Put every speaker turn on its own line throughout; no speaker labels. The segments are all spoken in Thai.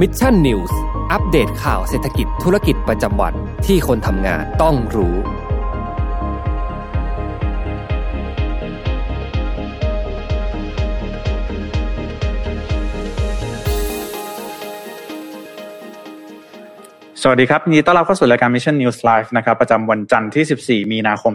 มิชชั่นนิวส์อัปเดตข่าวเศรษฐกิจธุรกิจประจำวันที่คนทำงานต้องรู้
สวัสดีครับยินดีต้อนรับเข้าสู่รายการ Mission News Live นะครับประจำวันจันทร์ที่ 14 มีนาคม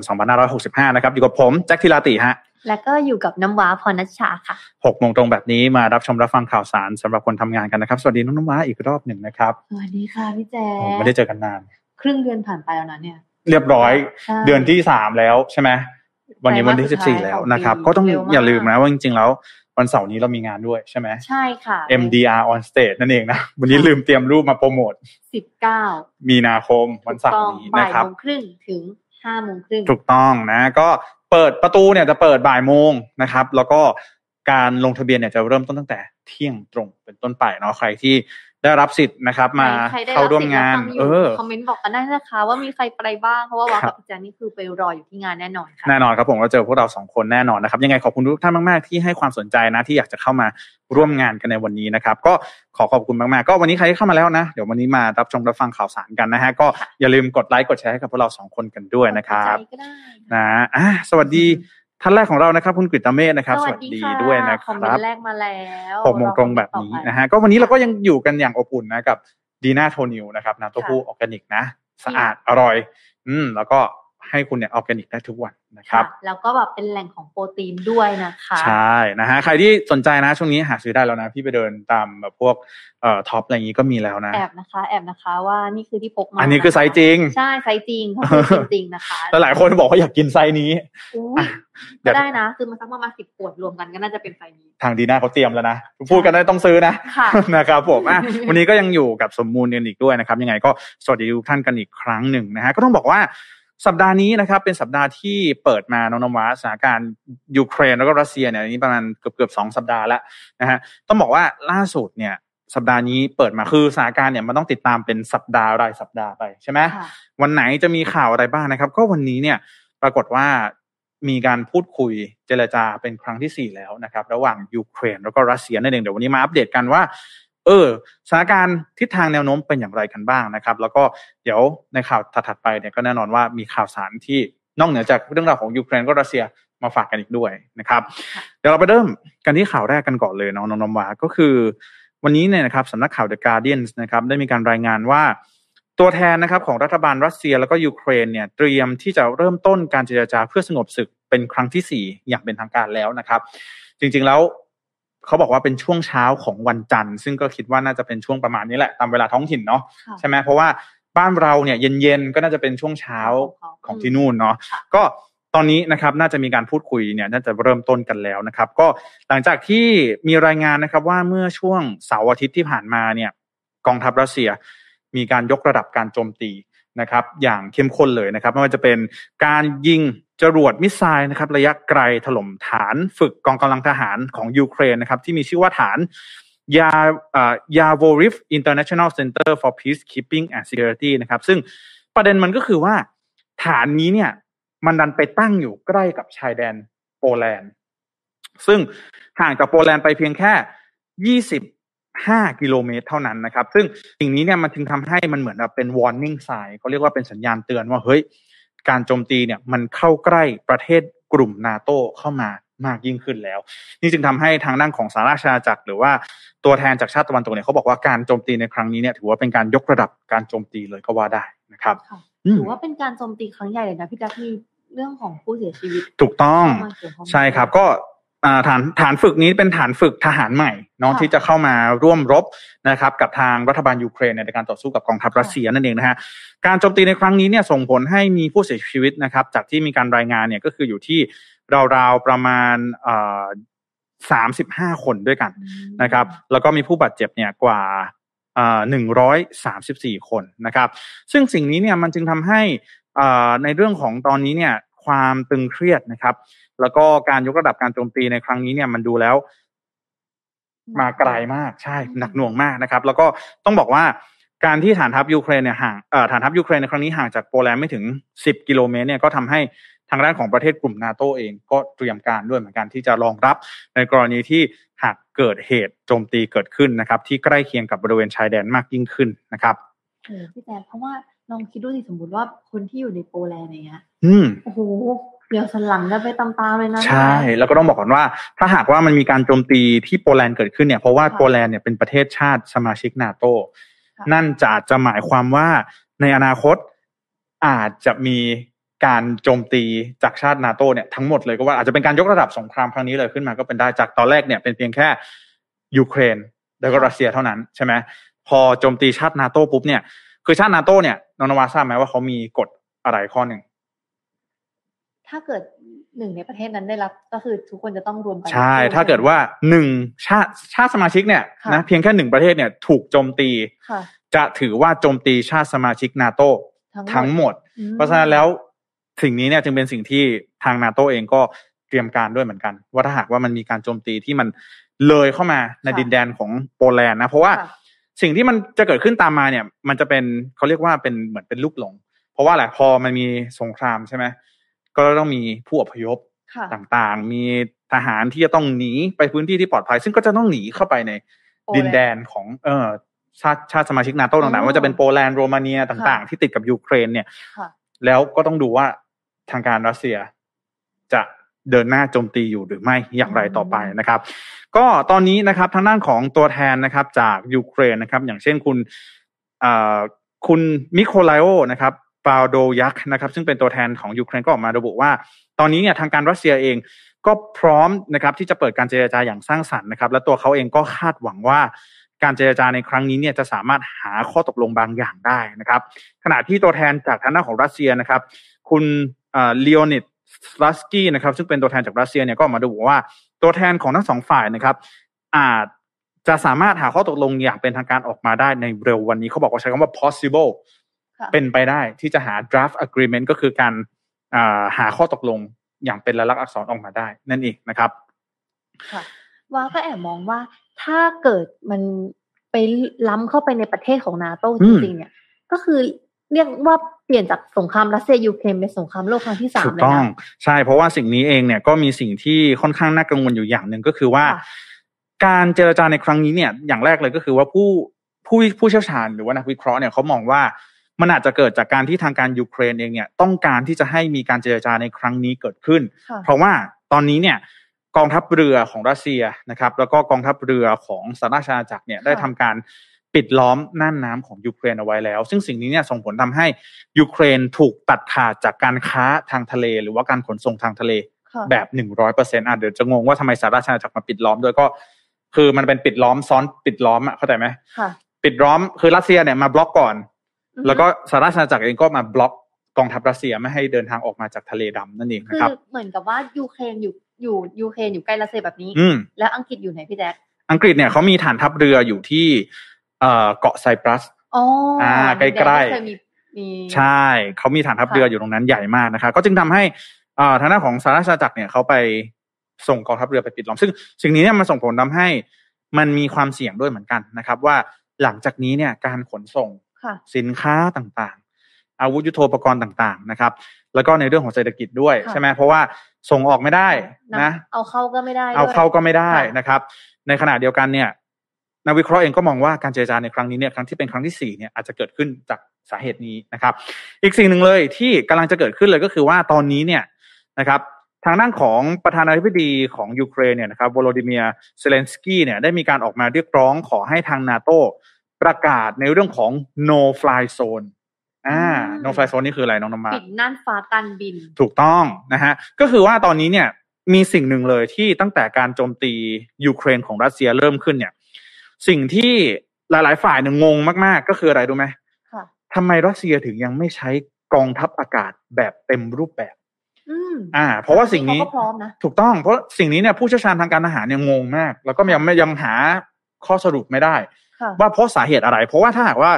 2565 นะครับ อยู่กับผม แจ็คทิลาติฮะ
แล้วก็อยู่กับน้ำว้าพรณชชาค่ะ
6โมงตรงแบบนี้มารับชมรับฟังข่าวสารสำหรับคนทำงานกันนะครับ สวัสดีน้องน้ำว้าอีกรอบหนึ่งนะครับ
สวัสดีค่ะพี่แจ๊
โอ้ไม่ได้เจอกันนาน
ครึ่งเดือนผ่านไปแล้วนะเนี่ย
เรียบร้อย
ใช่
เดือนที่ 3 แล้วใช่ไหมวันนี้วันที่ 14
ไตรมาสสุดท้าย
แล้ว
ของ
นะครับ
ปี
ก็ต้อง
เร็วมาก
อย่าลืมนะว่าจริงๆแล้ววันเสาร์นี้เรามีงานด้วยใช่ไหม
ใช่ค่ะ
MDR on stage นั่นเองนะวันนี้ลืมเตรียมรูปมาโปรโมท
สิบเก้า
มีนาคมวันเสาร์นี้
บ่า
นะ
ย
ครับ
โมงครึ่งถึงห้าโมงครึ่ง
ถูกต้องนะก็เปิดประตูเนี่ยจะเปิดบ่ายโมงนะครับ แล้วก็การลงทะเบียนเนี่ยจะเริ่มต้นตั้งแต่เที่ยงตรงเป็นต้นไปเนาะใครที่ได้รับสิทธิ์นะครับ มา
ใครได้
เข้าร่วมงาน
บสิทธิ์
เอ
แล้วฟัอยู่
อ
คอมเมนต์บอกกันได้นะคะ ว่ามีใครไปบ้างเพราะว่าว้า
ครั
กั
บบ
บพี่แจ๊นี่คือไปรออยู่ที่งานแน่นอนค่ะ
แน่นอนครับผมก็เจอพวกเราสองคนแน่นอนนะครับ ยังไงขอบคุณทุกท่านมาก ๆ ที่ให้ความสนใจนะที่อยากจะเข้ามาร่วมงานกันในวันนี้นะครับ ก็ขอขอบคุณมาก ๆ ก็วันนี้ใครที่เข้ามาแล้วนะ เดี๋ยววันนี้มารับชมรับฟังข่าวสารกันนะฮะก็อย่าลืมกดไลค์กดแชร์ให้กับพวกเราสองคนกันด้วยนะครับ
ใจก็ได้
นะอ่ะสวัสดีท่านแรกของเรานะครับ คุณกฤตเมธนะครับ สวัสดี
ค่ะ
ด้วยนะค
คอมเม
รับ
นต์แรกมาแล้ว
หกโมงตรงแบบนี้นะฮะ ก็วันนี้เราก็ยังอยู่กันอย่างอบอุ่นนะกับดีน่าโทนิวนะครับน้ำเต้าหู้ออร์แกนิกนะ สะอาดอร่อย อืมแล้วก็ให้คุณเนี่ยออร์แกนิกได้ทุกวันนะครั
ค่ะ
บ
แล้วก็แบบเป็นแหล่งของโปรตีนด้วยนะคะ
ใช่นะฮะใครที่สนใจนะ ช่วงนี้หาซื้อได้แล้วนะ พี่ไปเดินตามแบบพวกเอ่อท็อปอะไรอย่างนี้ก็มีแล้วนะ
แอบนะคะ แอบนะคะว่านี่คือที่พกมา
อันนี้คือไซส์จริง
ใช่ไซส์จริงเขาคือจริงจริงๆนะคะ
แล้วหลายคนบอกว่าอยากกินไซส์นี้
อุ๊ย
อ่ะเดี๋ยว
ก็ได้นะซื้อมาสักประมาณสิบขวดรวมกันก็น่าจะเป็นไซส์นี้
ทางดีน่าเขาเตรียมแล้วนะพูดกันได้ต้องซื้อนะ
ค่ะ
นะครับผม อ่ะ วันนี้ก็ยังอยู่กับสมมูลกันอีกด้วยนะครับ ยังไงก็สวัสดีทุกท่านกันอีกครั้งหนึ่งนะฮะก็ต้องบอกว่าสัปดาห์นี้นะครับ เป็นสัปดาห์ที่เปิดมาน้องนำวาสถานการณ์ยูเครนแล้วก็รัสเซียเนี่ยอันนี้ประมาณเกือบเกือบสองสัปดาห์แล้วนะฮะต้องบอกว่าล่าสุดเนี่ย สัปดาห์นี้เปิดมาคือสถานการณ์เนี่ยมันต้องติดตามเป็นสัปดาห์รายสัปดาห์ไปใช่ไหม
ค่ะ
วันไหนจะมีข่าวอะไรบ้างนะครับ ก็วันนี้เนี่ยปรากฏว่ามีการพูดคุยเจรจาเป็นครั้งที่สี่แล้วนะครับ ระหว่างยูเครนแล้วก็รัสเซียนั่นเองเดี๋ยววันนี้มาอัปเดตกันว่า เออสถานการณ์ทิศทางแนวโน้มเป็นอย่างไรกันบ้างนะครับ แล้วก็เดี๋ยวในข่าวถัดๆไปเนี่ยก็แน่นอนว่ามีข่าวสารที่นอกเหนือจากเรื่องราวของยูเครนก็รัสเซียมาฝากกันอีกด้วยนะครับ เดี๋ยวเราไปเริ่มกันที่ข่าวแรกกันก่อนเลยเนาะน้องนำวาก็คือ วันนี้เนี่ยนะครับสำนักข่าว The Guardian นะครับได้มีการรายงานว่า ตัวแทนนะครับของรัฐบาลรัสเซียแล้วก็ยูเครนเนี่ยเตรียมที่จะเริ่มต้นการเจรจาเพื่อสงบศึกเป็นครั้งที่ 4 อย่างเป็นทางการแล้วนะครับ จริงๆแล้วเขาบอกว่าเป็นช่วงเช้าของวันจันทร์ ซึ่งก็คิดว่าน่าจะเป็นช่วงประมาณนี้แหละตามเวลาท้องถิ่นเนาะ
ค่ะ
ใช่ไหมเพราะว่าบ้านเราเนี่ยเย็นๆก็น่าจะเป็นช่วงเช้า ของที่นู่นเนาะ
ค่ะ
ก็ตอนนี้นะครับน่าจะมีการพูดคุยเนี่ยน่าจะเริ่มต้นกันแล้วนะครับ ก็หลังจากที่มีรายงานนะครับว่าเมื่อช่วงเสาร์อาทิตย์ที่ผ่านมาเนี่ยกองทัพรัสเซียมีการยกระดับการโจมตีนะครับ อย่างเข้มข้นเลยนะครับไม่ว่าจะเป็นการยิงจรวดมิสไซล์นะครับ ระยะไกลถล่มฐานฝึกกองกำลังทหารของยูเครนนะครับ ที่มีชื่อว่าฐานยาอ่ายาโวริฟ International Center for Peacekeeping and Security นะครับ ซึ่งประเด็นมันก็คือว่า ฐานนี้เนี่ยมันดันไปตั้งอยู่ใกล้กับชายแดนโปแลนด์ ซึ่งห่างจากโปแลนด์ไปเพียงแค่ 25 กิโลเมตรเท่านั้นนะครับ ซึ่งสิ่งนี้เนี่ยมันจึงทำให้มันเหมือนแบบเป็น warning sign เขาเรียกว่าเป็นสัญญาณเตือนว่าเฮ้ย การโจมตีเนี่ยมันเข้าใกล้ประเทศกลุ่มนาโตเข้ามามากยิ่งขึ้นแล้ว นี่จึงทำให้ทางด้านของสหราชอาณาจักรหรือว่าตัวแทนจากชาติตะวันตกเนี่ยเขาบอกว่าการโจมตีในครั้งนี้เนี่ยถือว่าเป็นการยกระดับการโจมตีเลยก็ว่าได้นะครับ
ค่ะ
อืม
ถือว่าเป็นการโจมตีครั้งใหญ่เลยนะพี่แจ๊คมีเรื่องของผู้เสียชีวิต
ถูกต้อง
เข้ามาเกี่ยวข้อง
ใช่ครับก็อ่าฐานฐานฝึกนี้เป็นฐานฝึกทหารใหม่เนาะ
ค่ะ
ที่จะเข้ามาร่วมรบนะครับกับทางรัฐบาลยูเครนในการต่อสู้กับกองทัพรัสเซียนั่นเองนะฮะการโจมตีในครั้งนี้เนี่ยส่งผลให้มีผู้เสียชีวิตนะครับ จากที่มีการรายงานเนี่ยก็คืออยู่ที่ราวๆประมาณสามสิบห้าคนด้วยกัน นะครับแล้วก็มีผู้บาดเจ็บเนี่ยกว่าหนึ่งร้อยสามสิบสี่คนนะครับ ซึ่งสิ่งนี้เนี่ยมันจึงทำให้เอ่อในเรื่องของตอนนี้เนี่ยความตึงเครียดนะครับ แล้วก็การยกระดับการโจมตีในครั้งนี้เนี่ยมันดูแล้ว มาไกลมากใช่
อืม
หนักหน่วงมากนะครับ แล้วก็ต้องบอกว่าการที่ฐานทัพยูเครนเนี่ยห่างเอ่อฐานทัพยูเครนในครั้งนี้ห่างจากโปแลนด์ไม่ถึง 10 กิโลเมตรเนี่ยก็ทำให้ทางด้านของประเทศกลุ่มนาโตเองก็เตรียมการด้วยเหมือนกันที่จะรองรับในกรณีที่ หากเกิดเหตุโจมตีเกิดขึ้นนะครับ ที่ใกล้เคียงกับบริเวณชายแดนมากยิ่งขึ้นนะครับ
เออพี่แจ๊คเพราะว่าลองคิดดูสิสมมติว่าคนที่อยู่ในโปแลนด์อย่างเงี้ย
อืม
โอ้โหเดี๋ยวสนหลังกันไปตามๆเลยนะ
ใช่ แล้วก็ต้องบอกก่อนว่า ถ้าหากว่ามันมีการโจมตีที่โปแลนด์เกิดขึ้นเนี่ยเพราะว่าโปแลนด์เนี่ยเป็นประเทศชาติสมาชิกนาโต
ค่ะ
นั่นจะอาจจะหมายความว่าในอนาคตอาจจะมีการโจมตีจากชาตินาโตเนี่ยทั้งหมดเลยก็ว่าอาจจะเป็นการยกระดับสงครามครั้งนี้เลยขึ้นมาก็เป็นได้จากตอนแรกเนี่ยเป็นเพียงแค่ยูเครนแล้วก็รัสเซียเท่านั้นใช่ไหมพอโจมตีชาตินาโตปุ๊บเนี่ยคือชาตินาโตเนี่ยนองนวาทราบไหมว่าเขามีกฎอะไรข้อหนึ่ง
ถ้าเกิดหนึ่งในประเทศนั้นได้รับก็คือทุกคนจะต้องรวมกั
ใช่ ถ้าเกิดว่าหนึ่งชาติชาติสมาชิกเนี่ย
ค่ะ
นะเพียงแค่หนึ่งประเทศเนี่ยถูกโจมตี
ค่ะ
จะถือว่าโจมตีชาติสมาชิกนาโตทั้งหมด
อืม
เพราะฉะนั้นแล้วสิ่งนี้เนี่ยจึงเป็นสิ่งที่ทางนาโตเองก็เตรียมการด้วยเหมือนกัน ว่าถ้าหากว่ามันมีการโจมตีที่มันเลยเข้ามาในดินแดนของโปแลนด์นะเพราะว่า
ค่ะ
สิ่งที่มันจะเกิดขึ้นตามมาเนี่ย มันจะเป็นเขาเรียกว่าเป็นเหมือนเป็นลูกหลง เพราะว่าแหละไรพอมันมีสงครามใช่ไหมก็ต้องมีผู้อพยพ
ค่ะ
ต่างๆ มีทหารที่จะต้องหนีไปพื้นที่ที่ปลอดภัย ซึ่งก็จะต้องหนีเข้าไปใน
โปแล
ดินแดนของเออชาติชาติสมาชิกนาโต
อ๋อ
ต่างๆไม่ว่าจะเป็นโปแลนด์โรมาเนียต่างๆ
ค่ะ
ที่ติดกับยูเครนเนี่ย
ค่ะ
แล้วก็ต้องดูว่าทางการรัสเซียจะเดินหน้าโจมตีอยู่หรือไม่อย่างไร
อืม
ต่อไปนะครับ ก็ตอนนี้นะครับทางด้านของตัวแทนนะครับจากยูเครนนะครับ อย่างเช่นคุณเอ่อคุณมิโคไลโอนะครับปาโดยักนะครับ ซึ่งเป็นตัวแทนของยูเครนก็ออกมาระบุว่า ตอนนี้เนี่ยทางการรัสเซียเองก็พร้อมนะครับที่จะเปิดการเจรจาอย่างสร้างสรรค์นะครับ และตัวเขาเองก็คาดหวังว่าการเจรจาในครั้งนี้เนี่ยจะสามารถหาข้อตกลงบางอย่างได้นะครับ ขณะที่ตัวแทนจากทางด้านของรัสเซียนะครับ คุณเลโอนิดสลัสกี้นะครับซึ่งเป็นตัวแทนจากรัสเซียเนี่ยก็ออกมาดูว่า ตัวแทนของทั้งสองฝ่ายนะครับ อาจจะสามารถหาข้อตกลงอย่างเป็นทางการออกมาได้ในเร็ววันนี้เขาบอกว่าใช้คำว่า possible
ค่ะ
เป็นไปได้ที่จะหา draft agreement ก็คือการอ่าหาข้อตกลงอย่างเป็นลายลักษณ์อักษรออกมาได้ นั่นเองนะครับ
ว่าก็แอบมองว่าถ้าเกิดมันไปล้ำเข้าไปในประเทศของนาโต
อื
จ
ม
ริงๆเนี่ย ก็คือเรียกว่าเปลี่ยนจากสงครามรัสเซียยูเครนเป็นสงครามโลกครั้งที่สาม
ถูก
เลย
ต้อง
นะ
ใช่เพราะว่าสิ่งนี้เองเนี่ยก็มีสิ่งที่ค่อนข้างน่ากังวลอยู่อย่างหนึ่งก็คือว่า
ค่ะ
การเจรจาในครั้งนี้เนี่ยอย่างแรกเลยก็คือว่าผู้ผู้ผู้เชี่ยวชาญหรือว่านักวิเคราะห์เนี่ยเขามองว่ามันอาจจะเกิดจากการที่ทางการยูเครนเองเนี่ยต้องการที่จะให้มีการเจรจาในครั้งนี้เกิดขึ้น
ค่ะ
เพราะว่าตอนนี้เนี่ยกองทัพเรือของรัสเซียนะครับ แล้วก็กองทัพเรือของสหราชอาณาจักรเนี่ยได้ทำการปิดล้อมน่านน้ำของยูเครนเอาไว้แล้ว ซึ่งสิ่งนี้เนี่ยส่งผลทำให้ยูเครนถูกตัดขาดจากการค้าทางทะเล หรือว่าการขนส่งทางทะเล
ค่ะ
แบบหนึ่งร้อยเปอร์เซ็นต์อ่ะเดี๋ยวจะงงว่าทำไมสหราชอาณาจักรมาปิดล้อมด้วยก็ คือมันเป็นปิดล้อมซ้อนปิดล้อมอ่ะเข้าใจไหม
ค่ะ
ปิดล้อมคือรัสเซียเนี่ยมาบล็อกก่อน
อือฮึ
แล้วก็สหราชอาณาจักรเองก็มาบล็อกกองทัพรัสเซียไม่ให้เดินทางออกมาจากทะเลดำนั่นเอง
คื
นะ
อ
ครับ
เหมือนกับว่ายูเครนอยู่อยู่ยูเครนอยู่ใกล้รัสเซียแบบนี้
อืม
แล้วอังกฤษอยู่ไหนพี่แจ๊ค
อังกฤษเนี่ยเขามีฐานทัพเรืออยู่ที่เอ่อเกาะไซปรัส
อ๋ออา
ใกล้ๆ
เดี๋ยวไม่เคยมีมี
ใช่เขามีฐานทัพเรืออยู่ตรงนั้นใหญ่มากนะคะก็จึงทำให้เอ่อทางด้านของสหราชอาณาจักรเนี่ยเขาไปส่งกองทัพเรือไปปิดล้อม ซึ่งสิ่งนี้เนี่ยมันส่งผลทำให้มันมีความเสี่ยงด้วยเหมือนกันนะครับ ว่าหลังจากนี้เนี่ยการขนส่ง
ค่ะ
สินค้าต่างๆ อาวุธยุโทโธปกรณ์ต่างๆนะครับแล้วก็ในเรื่องของเศรษฐกิจด้วย
ค่ะ
ใช่ไหมเพราะว่าส่งออกไม่ได้นะ
เอาเข้าก็ไม่ได้
เอา
ด้วย
เข้าก็ไม่ได้
ค่ะ
นะครับ ในขณะเดียวกันเนี่ยนักวิเคราะห์เองก็มองว่าการเจรจาในครั้งนี้เนี่ยครั้งที่เป็นครั้งที่สี่เนี่ยอาจจะเกิดขึ้นจากสาเหตุนี้นะครับ อีกสิ่งหนึ่งเลยที่กำลังจะเกิดขึ้นเลยก็คือว่าตอนนี้เนี่ยนะครับ ทางด้านของประธานาธิบดีของยูเครนเนี่ยนะครับวโลดิเมียร์เซเลนสกี้เนี่ยได้มีการออกมาเรียกร้องขอให้ทางนาโตประกาศในเรื่องของ no fly zone อ่า no fly zone นี่คืออะไรน้องนำมา
ปิดน่านฟ้าการบิน
ถูกต้องนะฮะก็คือว่าตอนนี้เนี่ยมีสิ่งหนึ่งเลยที่ตั้งแต่การโจมตียูเครนของรัสเซียเริ่มขึ้นเนี่ย สิ่งที่หลาย ๆ ฝ่ายเนี่ยงงมากๆ ก็คืออะไรรู้ไหม
ค่ะ
ทำไมรัสเซียถึงยังไม่ใช้กองทัพอากาศแบบเต็มรูปแบบ
อืม
อ่า เพราะว่าสิ่งนี้
เขาก็พร้อมนะ
ถูกต้องเพราะสิ่งนี้เนี่ยผู้เชี่ยวชาญทางการทหารเนี่ยงงมาก แล้วก็ยังไม่ยังหาข้อสรุปไม่ได้
ค่ะ
ว่าเพราะสาเหตุอะไร เพราะว่าถ้าหากว่า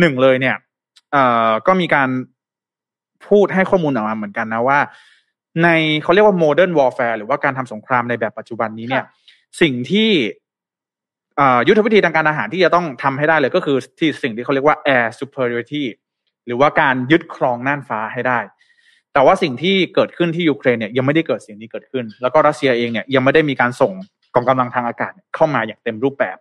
หนึ่งเลยเนี่ยเอ่อก็มีการพูดให้ข้อมูลออกมาเหมือนกันนะว่า ในเขาเรียกว่า modern warfare หรือว่าการทำสงครามในแบบปัจจุบันนี้เนี่ย
ค่ะ
สิ่งที่เอ่อยุทธวิธีทางการอาหารที่จะต้องทำให้ได้เลยก็คือที่สิ่งที่เขาเรียกว่า air superiority หรือว่าการยึดครองน่านฟ้าให้ได้ แต่ว่าสิ่งที่เกิดขึ้นที่ยูเครนเนี่ยยังไม่ได้เกิดสิ่งนี้เกิดขึ้น แล้วก็รัสเซียเองเนี่ยยังไม่ได้มีการส่ง ของกำลังทางอากาศเข้ามาอย่างเต็มรูปแบบ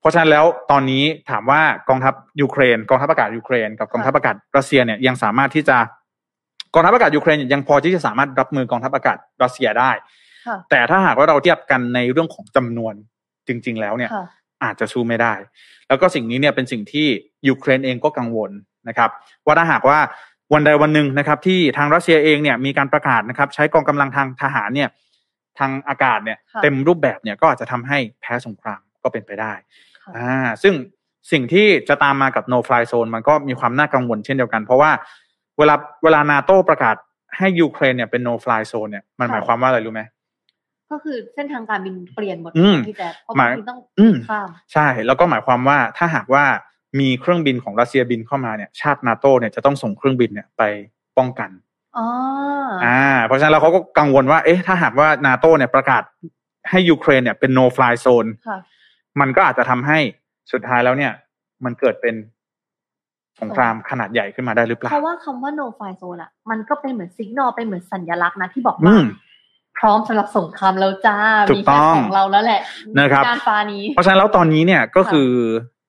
เพราะฉะนั้นแล้วตอนนี้ถามว่ากองทัพยูเครนกองทัพอากาศยูเครน กับกองทัพอากาศรัสเซียเนี่ยยังสามารถที่จะกองทัพอากาศยูเครนยังพอที่จะสามารถรับมือกองทัพอากาศรัสเซียได้
ค่ะ
แต่ถ้าหากว่าเราเทียบกันในเรื่องของจำนวนจริง ๆ แล้วเนี่ย
ค่ะ
อาจจะสู้ไม่ได้ แล้วก็สิ่งนี้เนี่ยเป็นสิ่งที่ยูเครนเองก็กังวลนะครับ ว่าถ้าหากว่าวันใดวันหนึ่งนะครับ ที่ทางรัสเซียเองเนี่ยมีการประกาศนะครับ ใช้กองกำลังทางทหารเนี่ยทางอากาศเนี่ย
ค่ะ
เต็มรูปแบบเนี่ยก็อาจจะทำให้แพ้สงครามก็เป็นไปได้
ค่ะ
อ่าซึ่งสิ่งที่จะตามมากับ no fly zone มันก็มีความน่ากังวลเช่นเดียวกัน เพราะว่าเวลาเวลานาโตประกาศให้ยูเครนเนี่ยเป็น no fly zone เนี่ยมันหมายความว่าอะไรรู้ไหม
ก็คือเส้นทางการบินเปลี่ยนหมด
อืม
พี่แจ๊คเพราะบาม
หาง ย
ทีต้อง
อืม
ข้าม
ใช่ แล้วก็หมายความว่าถ้าหากว่ามีเครื่องบินของรัสเซียบินเข้ามาเนี่ยชาตินาโตเนี่ยจะต้องส่งเครื่องบินเนี่ยไปป้องกัน
อ๋ออ
อ่าเพราะฉะนั้นแล้วเขาก็กังวลว่าเอ๊ะถ้าหากว่านาโตเนี่ยประกาศให้ยูเครนเนี่ยเป็น no fly zone
ค่ะ
มันก็อาจจะทำให้สุดท้ายแล้วเนี่ย มันเกิดเป็นสงครามขนาดใหญ่ขึ้นมาได้หรือเปล่า
เพราะว่าคำว่า no fly zone อ่ะ มันก็เป็นเหมือนสัญญาเป็นเหมือนสัญลักษณ์นะที่บอก
อื
ว่า
ม
พร้อมสำหรับสงครามแล้วจ้า
ถูก
มีแค่
ต้อง
ของเราแล้วแหละ
นะครับ
การฟ้านี้
เพราะฉะนั้นแล้วตอนนี้เนี่ยก็
ค่ะ
คือ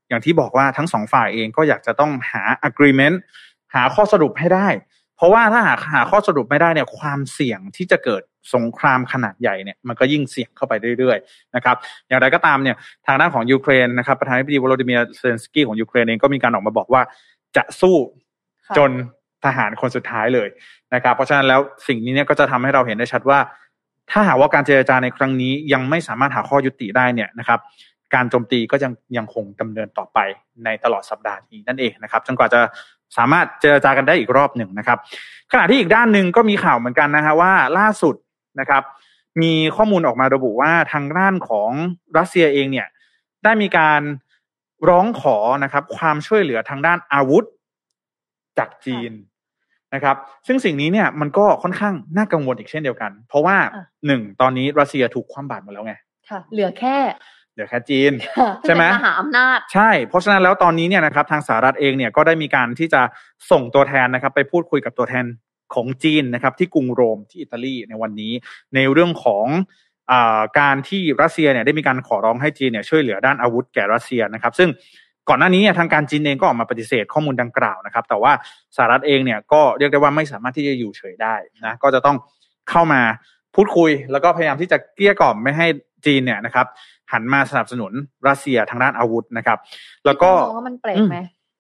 อย่างที่บอกว่าทั้งสองฝ่ายเองก็อยากจะต้องหา agreement หาข้อสรุปให้ได้ เพราะว่าถ้าหากหาข้อสรุปไม่ได้เนี่ยความเสี่ยงที่จะเกิดสงครามขนาดใหญ่เนี่ยมันก็ยิ่งเสี่ยงเข้าไปเรื่อยๆนะครับอย่างไรก็ตามเนี่ยทางด้านของยูเครนนะครับประธานาธิบดีวโลดิเมียร์เซเลนสกี้ของยูเครนเองก็มีการออกมาบอกว่าจะสู้
ค่ะ
จนทหารคนสุดท้ายเลยนะครับเพราะฉะนั้นแล้วสิ่งนี้เนี่ยก็จะทำให้เราเห็นได้ชัดว่า ถ้าหากว่าการเจรจาในครั้งนี้ยังไม่สามารถหาข้อยุติได้เนี่ยนะครับ การโจมตีก็ยังยังคงดำเนินต่อไปในตลอดสัปดาห์นี้นั่นเองนะครับจนกว่าจะสามารถเจรจากันได้อีกรอบหนึ่งนะครับ ขณะที่อีกด้านหนึ่งก็มีข่าวเหมือนกันนะฮะว่าล่าสุดนะครับ มีข้อมูลออกมาระบุว่าทางด้านของรัสเซียเองเนี่ยได้มีการร้องขอนะครับ ความช่วยเหลือทางด้านอาวุธจากจีนนะครับ ซึ่งสิ่งนี้เนี่ยมันก็ค่อนข้างน่ากังวลอีกเช่นเดียวกัน เพราะว่า
อ่ะ
หนึ่งตอนนี้รัสเซียถูกคว่ำบาตรหมดแล้วไง
ค่ะ เหลือแค่
เหลือแค่จีน ใช่
ใช่
ไหม
มหาอำนาจ
ใช่ เพราะฉะนั้นแล้วตอนนี้เนี่ยนะครับทางสหรัฐเองเนี่ยก็ได้มีการที่จะส่งตัวแทนนะครับ ไปพูดคุยกับตัวแทนของจีนนะครับ ที่กรุงโรมที่อิตาลีในวันนี้ ในเรื่องของอาการที่รัสเซียเนี่ยได้มีการขอร้องให้จีนเนี่ยช่วยเหลือด้านอาวุธแก่รัสเซียนะครับ ซึ่งก่อนหน้านี้เนี่ยทางการจีนเองก็ออกมาปฏิเสธข้อมูลดังกล่าวนะครับ แต่ว่าสหรัฐเองเนี่ยก็เรียกได้ว่าไม่สามารถที่จะอยู่เฉยได้นะก็จะต้องเข้ามาพูดคุย แล้วก็พยายามที่จะเกลี้ยกล่อมไม่ให้จีนเนี่ยนะครับ หันมาสนับสนุนรัสเซียทางด้านอาวุธนะครับ แล้วก็
พี่มองว่ามันแปลกไหม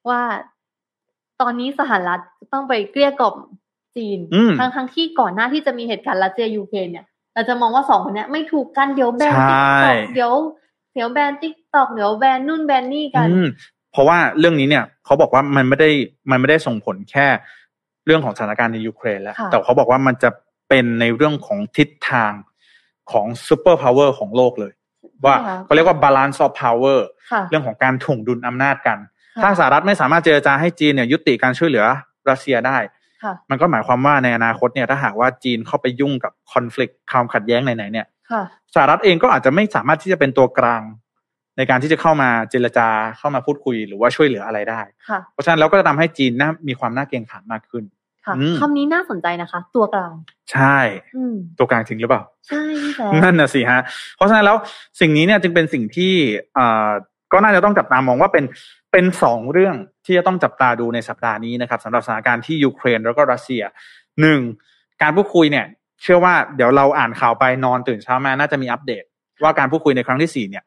ว่าตอนนี้สหรัฐต้องไปเกลี้ยกล่อมจีน
อืม
ทั้งทั้งๆที่ก่อนหน้าที่จะมีเหตุการณ์รัสเซียยูเครนเนี่ย เราจะมองว่าสองคนเนี้ยไม่ถูกกันเดี๋ยวแบน
ใช่
ติ๊กตอกเดี๋ยวเดี๋ยวแบนติ๊กตอกเดี๋ยวแบนนู่นแบนนี่กัน
อืมเพราะว่าเรื่องนี้เนี่ยเขาบอกว่ามันไม่ได้มันไม่ได้ส่งผลแค่เรื่องของสถานการณ์ในยูเครนแล้ว
ค่ะ
แต่เขาบอกว่ามันจะเป็นในเรื่องของทิศทางของซูเปอร์พาวเวอร์ของโลกเลย ว่าเขาเรียกว่าบาลานซ์ออฟพาวเวอร์
ค่ะ
เรื่องของการถ่วงดุลอำนาจกัน
ค่ะ
ถ้าสหรัฐไม่สามารถเจรจาให้จีนเนี่ยยุติการช่วยเหลือรัสเซียได้
ค่ะ
มันก็หมายความว่าในอนาคตเนี่ยถ้าหากว่าจีนเข้าไปยุ่งกับคอน FLICT ความขัดแย้งไหนๆเนี่ย
ค่ะ
สหรัฐเองก็อาจจะไม่สามารถที่จะเป็นตัวกลาง ในการที่จะเข้ามาเจรจาเข้ามาพูดคุยหรือว่าช่วยเหลืออะไรได้
ค่ะ
เพราะฉะนั้นเราก็จะทำให้จีนนามีความน่าเกรงขามมากขึ้น
ค่ะ
อืม
คำนี้น่าสนใจนะคะ ตัวกลาง
ใช่
อืม
ตัวกลางจริงหรือเปล่า
ใช่พี่แจ๊ค
นั่นน่ะสิฮะ เพราะฉะนั้นแล้วสิ่งนี้เนี่ยจึงเป็นสิ่งที่เอ่อก็น่าจะต้องจับตามองว่าเป็นเป็นสองเรื่องที่จะต้องจับตาดูในสัปดาห์นี้นะครับสำหรับสถานการณ์ที่ยูเครนแล้วก็รัสเซียหนึ่งการพูดคุยเนี่ย เชื่อว่าเดี๋ยวเราอ่านข่าวไปนอนตื่นเช้ามาน่าจะมีอัปเดต ว่าการพูดคุยในครั้งที่สี่เนี่ย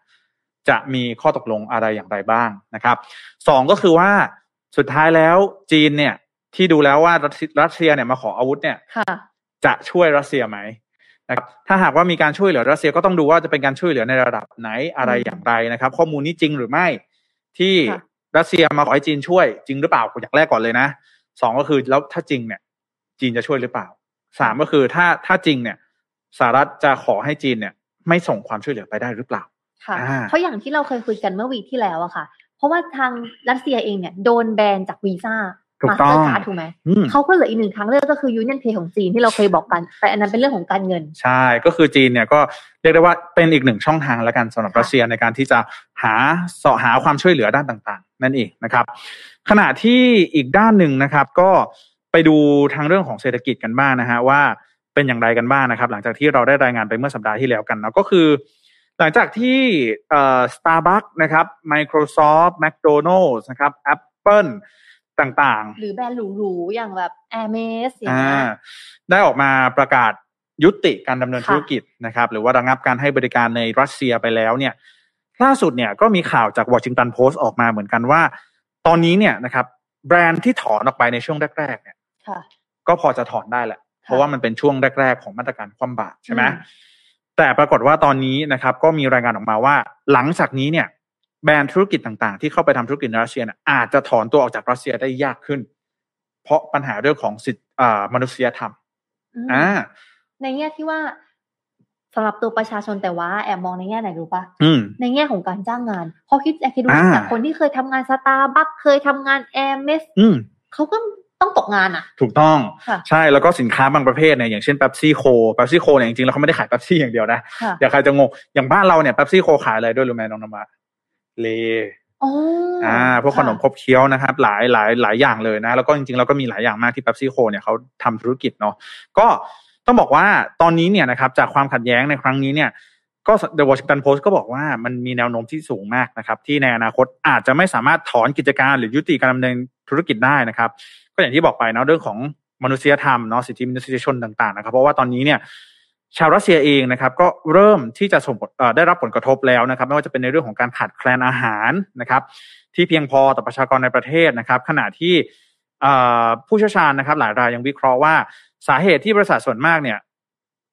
จะมีข้อตกลงอะไรอย่างไรบ้างนะครับสองก็คือว่าสุดท้ายแล้วจีนเนี่ยที่ดูแล้วว่ารัสเซียรัสเซียเนี่ยมาขออาวุธเนี่ย
ค่ะ
จะช่วยรัสเซียไหมนะครับถ้าหากว่ามีการช่วยเหลือรัสเซียก็ต้องดูว่าจะเป็นการช่วยเหลือในระดับไหนอะไรอย่างไรนะครับ ข้อมูลนี้จริงหรือไม่ ที่
ค่ะ
รัสเซียมาขอให้จีนช่วย จริงหรือเปล่าอย่างแรกก่อนเลยนะสองก็คือแล้วถ้าจริงเนี่ย จีนจะช่วยหรือเปล่าสามก็คือถ้าถ้าจริงเนี่ยสหรัฐจะขอให้จีนเนี่ย ไม่ส่งความช่วยเหลือไปได้หรือเปล่า
ค่ะ
อ่า
เพราะอย่างที่เราเคยคุยกันเมื่อวีคที่แล้วอะค่ะ เพราะว่าทางรัสเซียเองเนี่ยโดนแบนจากวีซ่า
ถูก
มาส
ต้อ
เตอง ร์การ์ดถูกไหม
อืม
เขาก็เหลืออีกหนึ่งทางเลือกก็คือยูเนียนเพย์ของจีนที่เราเคยบอกกัน แต่อันนั้นเป็นเรื่องของการเงิน
ใช่ ก็คือจีนเนี่ยก็เรียกได้ว่าเป็นอีกหนึ่งช่องทางแล้วกันสำหรับ
ค่ะ
รัสเซียในการที่จะหาเสาะหาความช่วยเหลือด้านต่างๆ นั่นเองนะครับ ขณะที่อีกด้านหนึ่งนะครับ ก็ไปดูทางเรื่องของเศรษฐกิจกันบ้างนะฮะว่าเป็นอย่างไรกันบ้างนะครับ หลังจากที่เราได้รายงานไปเมื่อสัปดาห์ที่แล้วกันเนาะก็คือ หลังจากที่เอ่อ Starbucks นะครับ Microsoft McDonald's นะครับ Apple ต่าง
หรือแบรนด์หรูๆอย่างแบบแอร์เมสอ
ๆ
ย่าง
อ่า
เงี้ย
ได้ออกมาประกาศยุติการดำเนิน
ค่ะ
ธุรกิจนะครับ หรือว่าระงับการให้บริการในรัสเซียไปแล้วเนี่ย ล่าสุดเนี่ยก็มีข่าวจากวอชิงตันโพสต์ออกมาเหมือนกันว่า ตอนนี้เนี่ยนะครับ แบรนด์ที่ถอนออกไปในช่วงแรกๆเนี่ย
ค่ะ
ก็พอจะถอนได้แหละ เพราะว่ามันเป็นช่วงแรก ๆ ของมาตรการคว่ำบาตรใช่ไหม
อืม
แต่ปรากฏว่าตอนนี้นะครับ ก็มีรายงานออกมาว่า หลังจากนี้เนี่ย แบรนด์ธุรกิจต่างๆ ที่เข้าไปทำธุรกิจในรัสเซียเนี่ยอาจจะถอนตัวออกจากรัสเซียได้ยากขึ้น เพราะปัญหาเรื่องของสิทธิอ่ามนุษยธรรม
อืม
อ่า
ในแง่ที่ว่าสำหรับตัวประชาชนแต่ว่าแอบมองในแง่ไหนรู้ปะ
อืม
ในแง่ของการจ้างงานเพราะคิดแอบคิดดูว่า
อ่า
จากคนที่เคยทำงานสตาร์บัคเคยทำงานแอร์เมส
อืม
เขาก็ต้องตกงานอ่ะ
ถูกต้อง
ค่ะ
ใช่แล้วก็สินค้าบางประเภทเนี่ยอย่างเช่นเป๊ปซี่โคเป๊ปซี่โคเนี่ยจริงๆแล้วเขาไม่ได้ขายเป๊ปซี่อย่างเดียวนะ
ค่ะ
เดี๋ยวใครจะงงอย่างบ้านเราเนี่ยเป๊ปซี่โคขายอะไรด้วยรู้ไหมน้องนำมาเล
อ๋อ
อ่าพวกขนมครบเคี้ยวนะครับ หลายหลายหลายอย่างเลยนะ แล้วก็จริงๆแล้วก็มีหลายอย่างมากที่เป๊ปซี่โคเนี่ยเขาทำธุรกิจเนาะก็ต้องบอกว่าตอนนี้เนี่ยนะครับจากความขัดแย้งในครั้งนี้เนี่ย ก็ The Washington Post ก็บอกว่ามันมีแนวโน้มที่สูงมากนะครับ ที่ในอนาคตอาจจะไม่สามารถถอนกิจการหรือยุติการดำเนินธุรกิจได้นะครับ ก็อย่างที่บอกไปเนาะเรื่องของมนุษยธรรมเนาะสิทธิมนุษยชนต่างๆนะครับ เพราะว่าตอนนี้เนี่ย ชาวรัสเซียเองนะครับ ก็เริ่มที่จะส่งผลเอ่อได้รับผลกระทบแล้วนะครับ ไม่ว่าจะเป็นในเรื่องของการขาดแคลนอาหารนะครับ ที่เพียงพอต่อประชากรในประเทศนะครับ ขณะที่เอ่อผู้เชี่ยวชาญนะครับ หลายรายยังวิเคราะห์ว่าสาเหตุที่บริษัทส่วนมากเนี่ย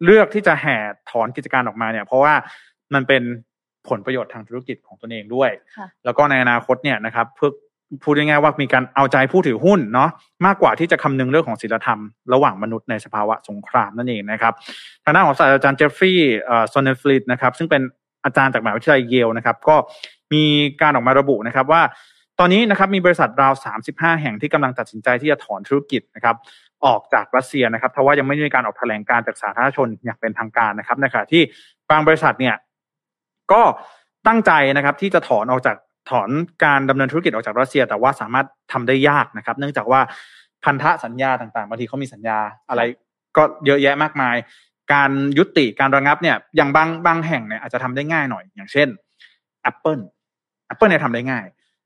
เลือกที่จะแห่ถอนกิจการออกมาเนี่ย เพราะว่ามันเป็นผลประโยชน์ทางธุรกิจของตนเองด้วย
ค่ะ
แล้วก็ในอนาคตเนี่ยนะครับเพื่อพูดง่ายๆว่ามีการเอาใจผู้ถือหุ้นเนาะมากกว่าที่จะคำนึงเรื่องของศีลธรรม ระหว่างมนุษย์ในสภาวะสงครามนั่นเองนะครับทางด้านของศาสตราจารย์เจฟฟรีย์โซนเนฟลิตนะครับซึ่งเป็นอาจารย์จากมหาวิทยาลัยเยลนะครับ ก็มีการออกมาระบุนะครับว่า ตอนนี้นะครับมีบริษัทราว 35 แห่งที่กำลังตัดสินใจที่จะถอนธุรกิจนะครับ ออกจากรัสเซียนะครับเพราะว่ายังไม่ได้มีการออกแถลงการจากสาธารณชนอย่างเป็นทางการนะครับในขณะที่บางบริษัทเนี่ย ก็ตั้งใจนะครับ ที่จะถอนออกจากถอนการดำเนินธุรกิจออกจากรัสเซีย แต่ว่าสามารถทำได้ยากนะครับ เนื่องจากว่าพันธสัญญาต่างๆบางทีเขามีสัญญาอะไรก็เยอะแยะมากมาย การยุติการระงับเนี่ยอย่างบางบางแห่งเนี่ยอาจจะทำได้ง่ายหน่อย อย่างเช่น Apple Apple เนี่ยทำได้ง่าย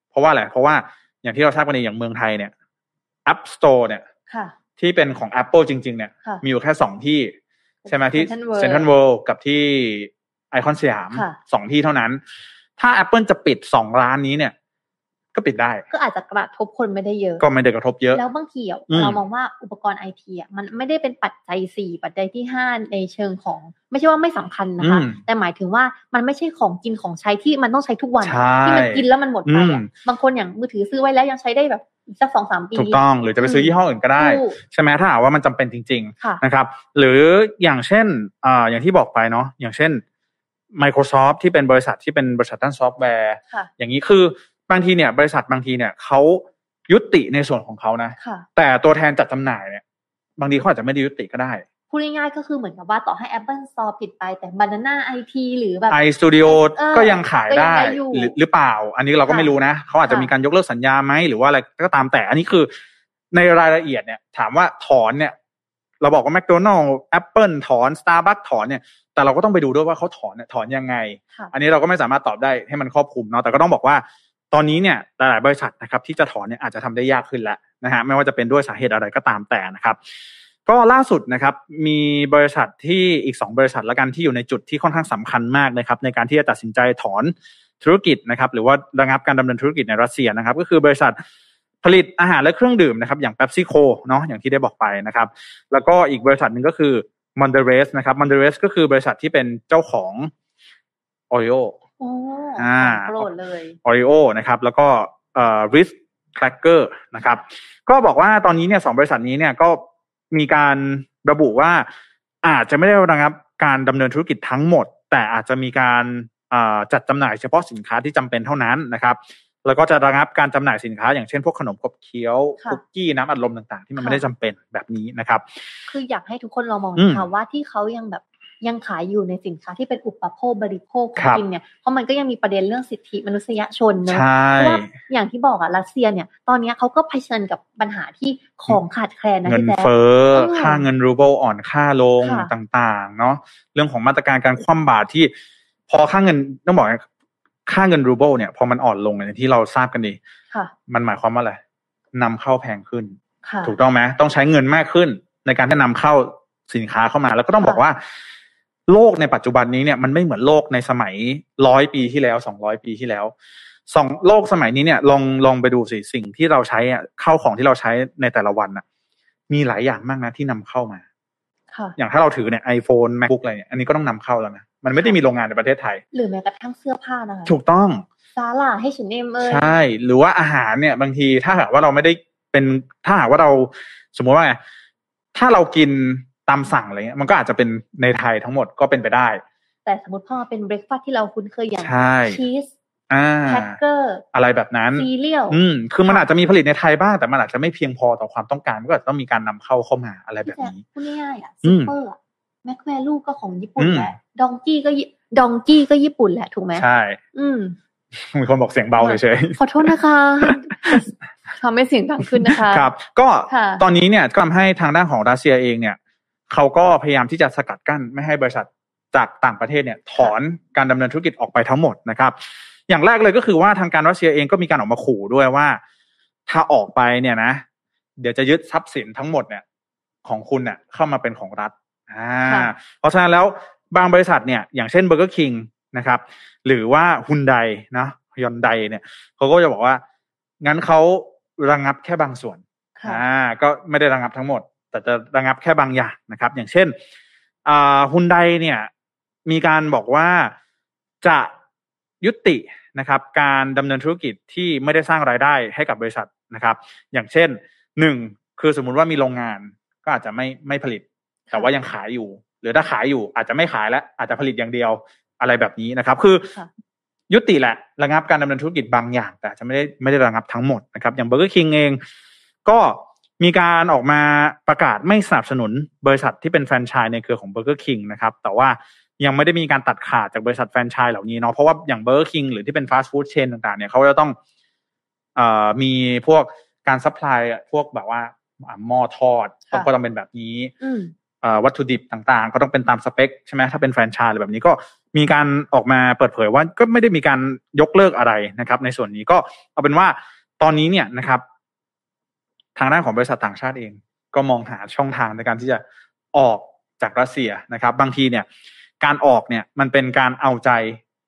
เพราะว่าอะไรเพราะว่าอย่างที่เราทราบกันดีอย่างเมืองไทยเนี่ย App Store เนี่ย
ค่ะ
ที่เป็นของ Apple จริง ๆ เนี่ย
ค่ะ
มีอยู่แค่สองที่ ใช่ไหมที่
Central World
Central World กับที่ไอคอนสยาม
ค่ะ
สองที่เท่านั้น ถ้า Apple จะปิดสองร้านนี้เนี่ย ก็ปิดได้
ก็อาจจะกระทบคนไม่ได้เยอะ
ก็ไม่ได้กระทบเยอะ
แล้วบางทีอะ
อืม
เรามองว่าอุปกรณ์ไอทีอะมันไม่ได้เป็นปัจจัยสี่ปัจจัยที่ห้าในเชิงของ ไม่ใช่ว่าไม่สำคัญนะคะ
อืม
แต่หมายถึงว่ามันไม่ใช่ของกินของใช้ที่มันต้องใช้ทุกวัน
ใช่
ที่มันกินแล้วมันหมดไป
อื
อะ
ม
บางคนอย่างมือถือซื้อไว้แล้วยังใช้ได้แบบอีกสักสองสามปี
ถูกต้องหรือจะไปซื้อยี่ห้ออื่นก็ได้
ถูก
ใช่ไหมถ้าหากว่ามันจำเป็นจริง
ค่ะ
ๆ นะครับ หรืออย่างเช่นอ่าอย่างที่บอกไปเนาะอย่างเช่น Microsoft ที่เป็นบริษัทที่เป็นบริษัทด้านซอฟต์แวร์
ค่ะ
อย่างนี้คือบางทีเนี่ย บริษัทบางทีเนี่ยเขายุติในส่วนของเขานะ
ค่ะ
แต่ตัวแทนจัดจำหน่ายเนี่ยบางทีเขาอาจจะไม่ได้ยุติก็ได้
พูดง่ายๆก็คือเหมือนกับว่าต่อให้ Apple Store ปิดไปแต่ Banana IT หรือแบบ
iStudio
เออ
ก็ยังขายได้
ก็ยังได้อยู่
หรือหรือเปล่า อันนี้เราก็
ค่ะ
ไม่รู้นะเขาอาจจะมี
ค่ะ
การยกเลิกสัญญาไหมหรือว่าอะไรก็ตามแต่ อันนี้คือในรายละเอียดเนี่ย ถามว่าถอนเนี่ย เราบอกว่า McDonald Apple ถอน Starbucks ถอนเนี่ย แต่เราก็ต้องไปดูด้วยว่าเขาถอนเนี่ยถอนยังไง
ค่ะ
อันนี้เราก็ไม่สามารถตอบได้ให้มันครอบคลุมเนาะแต่ก็ต้องบอกว่าตอนนี้เนี่ยหลายๆบริษัทนะครับ ที่จะถอนเนี่ยอาจจะทำได้ยากขึ้นแล้วนะฮะไม่ว่าจะเป็นด้วยสาเหตุอะไรก็ตามแต่นะครับ ก็ล่าสุดนะครับ มีบริษัทที่อีก 2 บริษัทละกันที่อยู่ในจุดที่ค่อนข้างสำคัญมากนะครับ ในการที่จะตัดสินใจถอนธุรกิจนะครับ หรือว่าระงับการดำเนินธุรกิจในรัสเซียนะครับ ก็คือบริษัทผลิตอาหารและเครื่องดื่มนะครับ อย่างเป๊ปซี่โคเนาะอย่างที่ได้บอกไปนะครับ แล้วก็อีกบริษัทหนึ่งก็คือ m o n d e r e s นะครับ m o n d e r e s ก็คือบริษัทที่เป็นเจ้าของ Oreo
โอ้
อ่า
โปรดเลย
Oreo นะครับ แล้วก็เอ่อ Ritz Cracker นะครับ ก็บอกว่าตอนนี้เนี่ยสองบริษัทนี้เนี่ยก็มีการระบุว่าอาจจะไม่ได้ระงับการดำเนินธุรกิจทั้งหมด แต่อาจจะมีการเอ่อจัดจำหน่ายเฉพาะสินค้าที่จำเป็นเท่านั้นนะครับ แล้วก็จะระงับการจำหน่ายสินค้า อย่างเช่นพวกขนมขบเคี้ยว
ค่ะ
คุกกี้น้ำอัดลมต่างๆ ที่มัน
ค่ะ
ไม่ได้จำเป็นแบบนี้นะครับ
คืออยากให้ทุกคนลองมอง
อืม
นะคะว่าที่เขายังแบบยังขายอยู่ในสินค้าที่เป็นอุปโภคบริโภคของ
ครับ
กินเนี่ยเพราะมันก็ยังมีประเด็นเรื่องสิทธิมนุษยชนเนอะ
ใช่
เพราะว่าอย่างที่บอกอะรัสเซียเนี่ย ตอนเนี้ยเขาก็เผชิญกับปัญหาที่ของขาดแคลนนะ
เงิน
พี่แจ๊ค
เฟ้อ
เออ
ค่าเงินรูเบิลอ่อนค่าลง
ค่ะ
ต่างๆ เนาะเรื่องของมาตรการการคว่ำบาตรที่ พอค่าเงินต้องบอกนะค่าเงินรูเบิลเนี่ยพอมันอ่อนลงอย่างที่เราทราบกันดี
ค่ะ
มันหมายความว่าอะไรนำเข้าแพงขึ้น
ค่ะ
ถูกต้องไหมต้องใช้เงินมากขึ้นในการที่นำเข้าสินค้าเข้ามา แล้วก็ต้องบอกว่า โลกในปัจจุบันนี้เนี่ยมันไม่เหมือนโลกในสมัยร้อยปีที่แล้วสองร้อยปีที่แล้วสองโลกสมัยนี้เนี่ย ลองลองไปดูสิสิ่งที่เราใช้อะเข้าของที่เราใช้ในแต่ละวันอะมีหลายอย่างมากนะที่นำเข้ามา
ค่ะ
อย่างถ้าเราถือเนี่ยไอโฟนแมคบุ๊กอะไรเนี่ยอันนี้ก็ต้องนำเข้าแล้วนะมันไม่ได้มีโรงงานในประเทศไทย
หรือแม้กระทั่งเสื้อผ้านะคะ
ถูกต้อง
ซาร่าให้ฉันเอมเอ้ย
ใช่ หรือว่าอาหารเนี่ยบางทีถ้าหากว่าเราไม่ได้เป็นถ้าหากว่าเราสมมุติว่าไงถ้าเรากินตามสั่งอะไรเงี้ยมันก็อาจจะเป็นในไทยทั้งหมดก็เป็นไปได้
แต่สมมติพ่อเป็นเบรคฟาสต์ที่เราคุ้นเคยอย่าง
ใช่
ชีส
อ่า
แฮกเกอร์
อะไรแบบนั้น
ซีเรียล
อืมคือมันอาจจะมีผลิตในไทยบ้างแต่มันอาจจะไม่เพียงพอต่อความต้องการก็อาจจะต้องมีการนำเข้าเข้ามาอะไรแบบ
พี่
นี้
จ๊คพูดง่ายๆอ่ะ
อื
ซู
ม
เปอร์อะแมคแวลูก็ของญี่ปุ่น
อืม
แหละดองกี้ก็ญี่ดองกี้ก็ญี่ปุ่นแหละถูกไหม
ใช่
อืม
มีคนบอกเสียงเบาเฉยๆ
ขอโทษ นะคะทำให้เสียงดังขึ้นนะคะ
ครับก็
ค่ะ
ตอนนี้เนี่ยก็ทำให้ทางด้านของรัสเซียเองเนี่ยเขาก็พยายามที่จะสกัดกั้นไม่ให้บริษัทจากต่างประเทศเนี่ยถอนการดำเนินธุรกิจออกไปทั้งหมดนะครับ อย่างแรกเลยก็คือว่าทางการรัสเซียเองก็มีการออกมาขู่ด้วยว่า ถ้าออกไปเนี่ยนะ เดี๋ยวจะยึดทรัพย์สินทั้งหมดเนี่ย ของคุณเนี่ยเข้ามาเป็นของรัฐอ่า
ค่ะ
เพราะฉะนั้นแล้วบางบริษัทเนี่ยอย่างเช่นเบอร์เกอร์คิงนะครับ หรือว่าฮุนไดนะยอนไดเนี่ยเขาก็จะบอกว่า งั้นเขาระงับแค่บางส่วน
ค่ะ
อ่าก็ไม่ได้ระงับทั้งหมด แต่จะระงับแค่บางอย่างนะครับ อย่างเช่นอ่าฮุนไดเนี่ยมีการบอกว่าจะยุตินะครับ การดำเนินธุรกิจที่ไม่ได้สร้างรายได้ให้กับบริษัทนะครับ อย่างเช่นหนึ่งคือสมมุติว่ามีโรงงานก็อาจจะไม่ไม่ผลิต แต่ว่ายังขายอยู่ หรือถ้าขายอยู่อาจจะไม่ขายแล้วอาจจะผลิตอย่างเดียวอะไรแบบนี้นะครับ คือ
ค่ะ
ยุติแหละระงับการดำเนินธุรกิจบางอย่าง แต่อาจจะไม่ได้ไม่ได้ระงับทั้งหมดนะครับ อย่างเบอร์เกอร์คิงเอง ก็มีการออกมาประกาศไม่สนับสนุนบริษัทที่เป็นแฟรนไชส์ในเครือของเบอร์เกอร์คิงนะครับ แต่ว่ายังไม่ได้มีการตัดขาดจากบริษัทแฟรนไชส์เหล่านี้เนาะเพราะว่าอย่างเบอร์เกอร์คิงหรือที่เป็นฟาสต์ฟู้ดเชนต่างๆเนี่ยเขาจะต้องเอ่อมีพวกการซัพพลายพวกแบบว่าอ่ะหม้อทอด
ค่ะ
ก็ต้องเป็นแบบนี้
อืม
เอ่อวัตถุดิบต่างๆ ก็ต้องเป็นตามสเปคใช่ไหมถ้าเป็นแฟรนไชส์อะไรแบบนี้ก็มีการออกมาเปิดเผยว่าก็ไม่ได้มีการยกเลิกอะไรนะครับ ในส่วนนี้ก็เอาเป็นว่าตอนนี้เนี่ยนะครับ ทางด้านของบริษัทต่างชาติเอง ก็มองหาช่องทางในการที่จะออกจากรัสเซียนะครับ บางทีเนี่ย การออกเนี่ยมันเป็นการเอาใจ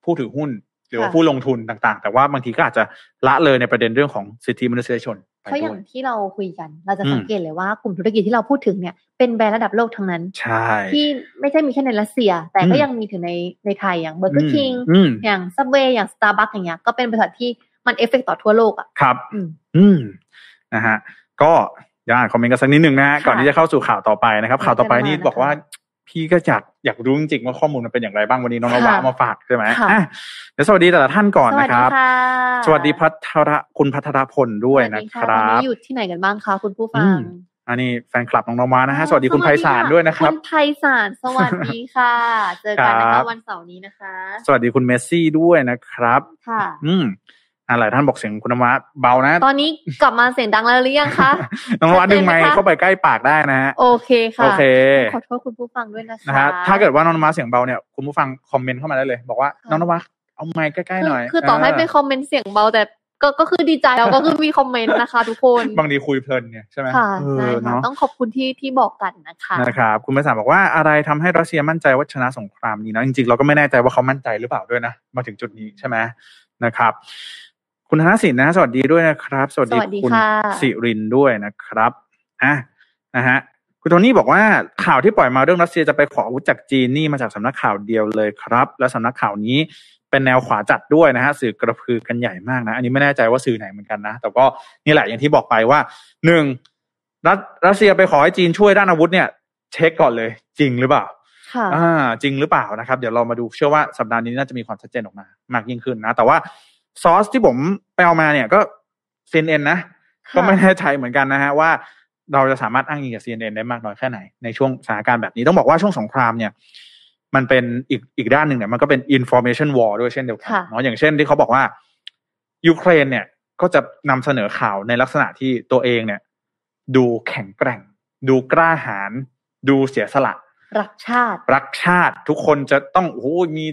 ผู้ถือหุ้น หรือว่า
ค่ะ
ผู้ลงทุนต่างๆ แต่ว่าบางทีก็อาจจะละเลยในประเด็นเรื่องของสิทธิมนุษยชนไป
เพราะอย่า
ด้
ง
วย
ที่เราคุยกัน เราจะ
อืม
สังเกตเลยว่ากลุ่มธุรกิจที่เราพูดถึงเนี่ยเป็นแบรนด์ระดับโลกทั้งนั้น
ใช่
ที่ไม่ใช่มีแค่ในรัสเซีย แต่ก็ยังมีถึงในในไทยอย่างเบอร์เกอร์คิง
อืม
อย่างซับเวย์อย่างสตาร์บัคอย่างเงี้ยก็เป็นบริษัทที่มันเอฟเฟกต่อทั่วโลกอ่ะ
ครับ
อืม
อืมนะฮะก็เดี๋ยวอ่านคอมเมนต์กันสักนิดหนึ่งนะฮะ
ค่ะ
ก่อนที่จะเข้าสู่ข่าวต่อไปนะครับ
ไม่
ข่าวต่อไปนี่
เป็นไรนะคะ
บอกว่า พี่ก็อยากอยากรู้จริงๆว่าข้อมูลมันเป็นอย่างไรบ้างวันนี้น้องน
ค่ะ
วามาฝากใช่ไหม
ค่ะ
อ่ะเดี๋ยวสวัสดีแต่ละท่านก่อนนะครับ
สวัสดีค่ะ
สวัสดีพัทระคุณพัทรพลด้วยนะค
สวัสดีค่ะ
รับ
วันนี้อยู่ที่ไหนกันบ้างคะคุณผู้ฟั
อื
ง
ม อันนี้แฟนคลับน้องนวานะฮะสวัสดีคุณไพศาล
ค่ะ
ด้วยนะครับ
คุณไพศาลสวัสดีค่ะ เจอกันนะ
ครั
คะ
บ
วันเสาร์นี้นะคะ
สวัสดีคุณเมสซี่ด้วยนะครับ
ค่ะ
อืมอ่ะหลายท่านบอกเสียงคุณนวาเบานะ
ตอนนี้กลับมาเสียงดังแล้วหรือยัง คะ
น้องนวาดึงไมค์
ชัดเจนไหมคะ
เข้าไปใกล้ปากได้นะฮะ
โอเคค่ะ
โอเค
ขอโทษคุณผู้ฟังด้วยนะคะ
นะฮะถ้าเกิดว่าน้องนวัดเสียงเบาเนี่ยคุณผู้ฟังคอมเมนต์เข้ามาได้เลย บอกว่า
ค่ะ
น้องนวัดเอาไมค์ใกล้
คื
ๆหน่อย
คือต่อให้เป็นคอมเมนต์เสียงเบาแต่ก็ก็คือดีใจ เราก็คือมีคอมเมนต์นะคะ ทุกคน
บางทีคุยเพลินเนี่ยใช่ไหม
ค่ะ
เอ
ได้
อ
ค่ะ
เนาะ
ต้องขอบคุณที่ที่บอกกันนะคะ
นะครับคุณไพศาลบอกว่าอะไรทำให้รัสเซียมั่นใจว่าชนะสงครามนี้เนอะจริงๆเราก็ไม่แน่ใจว่าเขามั่นใจหรือเปล่าด้วยนะมาถึงจุดนี้ใช่ไหมนะครับ คุณธนสินนะ สวัสดีด้วยนะครับ สวัส
ส
ดี
วัสดี
คุณ
ค่ะ
สิรินด้วยนะครับอ่ะนะฮะคุณโทนี่บอกว่าข่าวที่ปล่อยมาเรื่องรัสเซียจะไปขออาวุธจากจีนนี่มาจากสำนักข่าวเดียวเลยครับ และสำนักข่าวนี้ เป็นแนวขวาจัดด้วยนะฮะสื่อกระพือกันใหญ่มากนะ อันนี้ไม่แน่ใจว่าสื่อไหนเหมือนกันนะ แต่ก็นี่แหละอย่างที่บอกไปว่าหนึ่งรัสรัสเซียไปขอให้จีนช่วยด้านอาวุธเนี่ย เช็คก่อนเลย จริงหรือเปล่า
ค่ะ
อ่าจริงหรือเปล่านะครับ เดี๋ยวเรามาดูเชื่อว่าสัปดาห์นี้น่าจะมีความชัดเจนออกมา มากยิ่งขึ้นนะ แต่ว่าซอสที่ผมไปเอามาเนี่ยก็ CNN นะ
ค่ะ
ก็ไม่แน่ใจเหมือนกันนะฮะว่าเราจะสามารถอ้างอิงกับ CNN ได้มากน้อยแค่ไหน ในช่วงสถานการณ์แบบนี้ต้องบอกว่าช่วงสงครามเนี่ย มันเป็นอีกอีกด้านหนึ่งเนี่ยมันก็เป็น information war ด้วยเช่นเดียวกัน
ค่ะ
เนาะอย่างเช่นที่เขาบอกว่ายูเครนเนี่ย ก็จะนำเสนอข่าวในลักษณะที่ตัวเองเนี่ย ดูแข็งแกร่ง ดูกล้าหาญดูเสียสละ
รักชาติ
รักชาติทุกคนจะต้องโอ้โหมี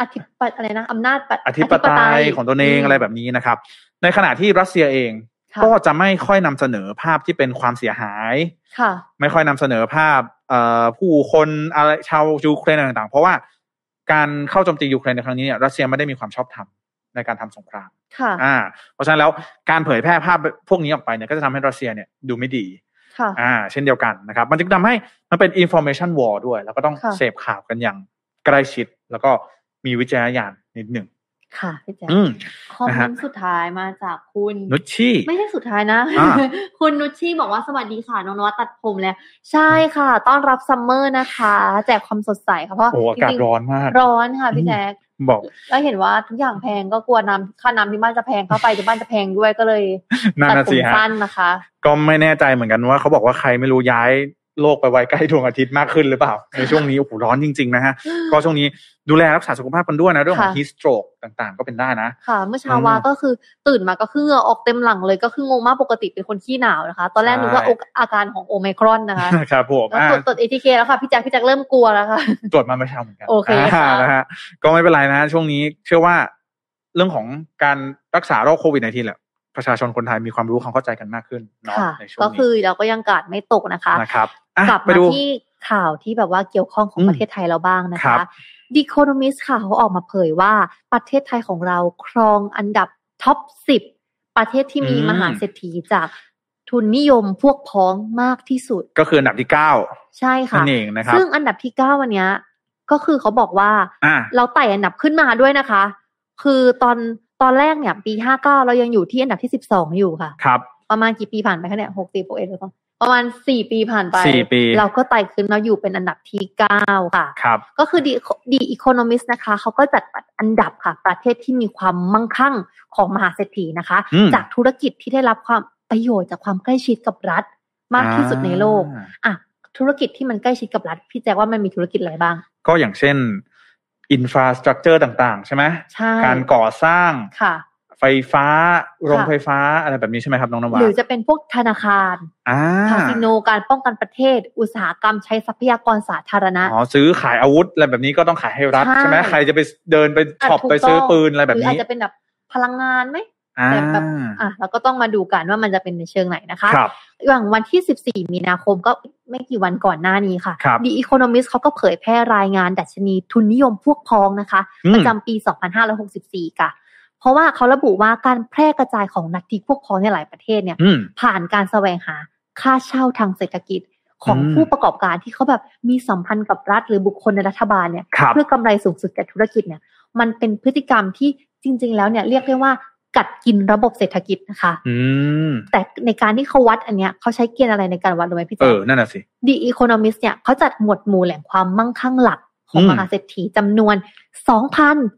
อธิปตอะไรนะอำนาจปะ
อธิปไตยของตนเองอะไรแบบนี้นะครับ ในขณะที่รัสเซียเอง
ค่ะ
ก็จะไม่ค่อยนำเสนอภาพที่เป็นความเสียหาย
ค่ะ
ไม่ค่อยนำเสนอภาพเอ่อผู้คนอะไรชาวยูเครนอะไรต่างๆ เพราะว่าการเข้าโจมตียูเครนในครั้งนี้เนี่ยรัสเซียไม่ได้มีความชอบธรรมในการทำสงคราม
ค่ะ
อ่า เพราะฉะนั้นแล้วการเผยแพร่ภาพพวกนี้ออกไปเนี่ยก็จะทำให้รัสเซียเนี่ยดูไม่ดี
ค่ะ
อ่า เช่นเดียวกันนะครับ มันจึงทำให้มันเป็น information war ด้วย แล้วก็ต้อง
ค่ะ
เสพข่าวกันอย่างใกล้ชิด แล้วก็มีวิจารณญาณนิดหนึ่ง
ค่ะพี่แจ๊ค
อืม
คอม
นะ
เม
ฮะ
นต์สุดท้ายมาจากคุณ
นุชชี่
ไม่ใช่สุดท้ายนะ
อ่า
คุณนุชชี่บอกว่าสวัสดีค่ะน้องนวัดตัดผมแล้ว ใช่ค่ะ ต้อนรับซัมเมอร์นะคะ แจกความสดใสค่ะเพราะ
โอ้อากาศ
จงๆ
ร้อนมาก
ร้อนค่ะพี่แจ๊ค
บอก
แล้วเห็นว่าทุกอย่างแพงก็กลัวน้ำค่าน้ำที่บ้านจะแพงเข้าไปที่บ้านจะแพงด้วยก็เลย
นา
ตัด
นา
ผ
สิ
ม
ฮะ
สั้นนะคะ
ก็ไม่แน่ใจเหมือนกันว่าเขาบอกว่าใครไม่รู้ย้ายโลกไปไว้ใกล้ดวงอาทิตย์มากขึ้นหรือเป ล่า ในช่วงนี้โอ้โหร้อนจริง ๆ นะฮะ ก็ช่วงนี้ดูแลรักษาสุขภาพกันด้วยนะเรื่องของ
ค่ะ
ฮีสโตรกต่างๆ ก็เป็นได้นะ
ค่ะ เมื่อเช้าวา
อืม
ก็คือตื่นมาก็คือเหงื่อออกเต็มหลังเลยก็คืองงมากปกติเป็นคนขี้หนาวนะคะ ตอนแรกนึกว่า
ใช่
อกอาการของโอไมครอนนะคะ
ครับ ผม
แล้ว
อ่า
ตรวจตรวจเอทีเคแล้วค่ะพี่แจ๊คพี่แจ๊คเริ่มกลัวแล้วค่ะ
ตรวจมาเมื่อเช้าเหมือนกัน
โอเค
า
ค่ะ
นะฮะก็ไม่เป็นไรนะช่วงนี้เชื่อว่าเรื่องของการรักษาโรคโควิดในทีแหละประชาชนคนไทยมีความรู้ความเข้าใจกันมากขึ้นเนาะ
ค่ะ
ในช่วง
ก็คื
นี้
อเราก็ยังกาดไม่ตกนะคะ
นะครับอ่ะ
กลับ
ไป
มา
ดู
ที่ข่าวที่แบบว่าเกี่ยวข้องของ
อืม
ประเทศไทยเราบ้างนะ
ครั
คะ
บ
The Economist ค่ะเขาออกมาเผยว่าประเทศไทยของเราครองอันดับท็อป 10 ประเทศที่มี
อืม
มหาเศรษฐีจากทุนนิยมพวกพ้องมากที่สุด
ก็คืออันดับที่เก้า
ใช่
นั่
ค่ะ
นเองนะครับ
ซึ่งอันดับที่เก้าวันเนี้ยก็คือเขาบอกว่า
อ่ะ
เราไต่อันดับขึ้นมาด้วยนะคะ คือตอนตอนแรกเนี่ย ปีห้าเก้าเรายังอยู่ที่อันดับที่สิบสองอยู่ค่ะ
ครับ
ประมาณกี่ปีผ่านไปคะเนี่ยหกปีหกเอ็ดหรือเปล่าประมาณสี่ปีผ่านไป
สี่ปี
เราก็ไต่ขึ้นมาอยู่เป็นอันดับที่เก้าค่ะ
ครับ
ก็คือดีดีอีโคโนมิสนะคะ เขาก็จัดอันดับค่ะ ประเทศที่มีความมั่งคั่งของมหาเศรษฐีนะคะ
อืม
จากธุรกิจที่ได้รับความประโยชน์จากความใกล้ชิดกับรัฐ มากที่สุดในโลก
อ่า
อ่ะธุรกิจที่มันใกล้ชิดกับรัฐ พี่แจ๊คว่ามันมีธุรกิจอะไรบ้าง
ก็อย่างเช่นอินฟราสตรักเจอร์ต่างๆ ใช่ไหม
ใช่
การก่อสร้าง
ค่ะ
ไฟฟ้า โรงไฟฟ้าอะไรแบบนี้ใช่ไหมครับ น้องนวา
หรือจะเป็นพวกธนาคาร
อ่า
คาสิโนการป้องกันประเทศ อุตสาหกรรมใช้ทรัพยากรสาธารณะ
อ๋อซื้อขายอาวุธอะไรแบบนี้ก็ต้องขายให้รัฐ
ใช่
ใช่ไหมใครจะไปเดินไป
อ่ะ
ช็อป
ถูก
ไป
ต้ง
ซื้อปืนอะไรแบบ
หรืออา
นี้
จจะเป็นแบบพลังงานไหม
อ่า
แต่แบบ อ่ะเราก็ต้องมาดูกันว่ามันจะเป็นในเชิงไหนนะคะ
ครับ
อย่างวันที่ 14 มีนาคมก็ไม่กี่วันก่อนหน้านี้ค่ะ
ครับ
The Economist เขาก็เผยแพร่รายงานดัชนีทุนนิยมพวกพ้องนะคะ
อืม
ประจำปี 2564 ค่ะ เพราะว่าเขาระบุว่าการแพร่กระจายของนักทีพวกพ้องในหลายประเทศเนี่ย
อืม
ผ่านการแสวงหาค่าเช่าทางเศรษฐกิจของ
อืม
ผู้ประกอบการที่เขาแบบมีสัมพันธ์กับรัฐหรือบุคคลในรัฐบาลเนี่ย
ครับ
เพื่อกำไรสูงสุดแก่ธุรกิจเนี่ยมันเป็นพฤติกรรมที่จริง ๆ แล้วเนี่ยเรียกได้ว่ากัดกินระบบเศรษฐกิจนะคะ
อืม
แต่ในการที่เขาวัดอันเนี้ยเขาใช้เกณฑ์อะไรในการวัดรู้ไหมพี่
เอ
แจ๊
อ นั่นน่ะสิ
ดีอีโคโนมิสเนี่ยเขาจัดหมวดหมู่แหล่งความมั่งคั่งหลักของ
อืม
มหาเศรษฐีจำนวน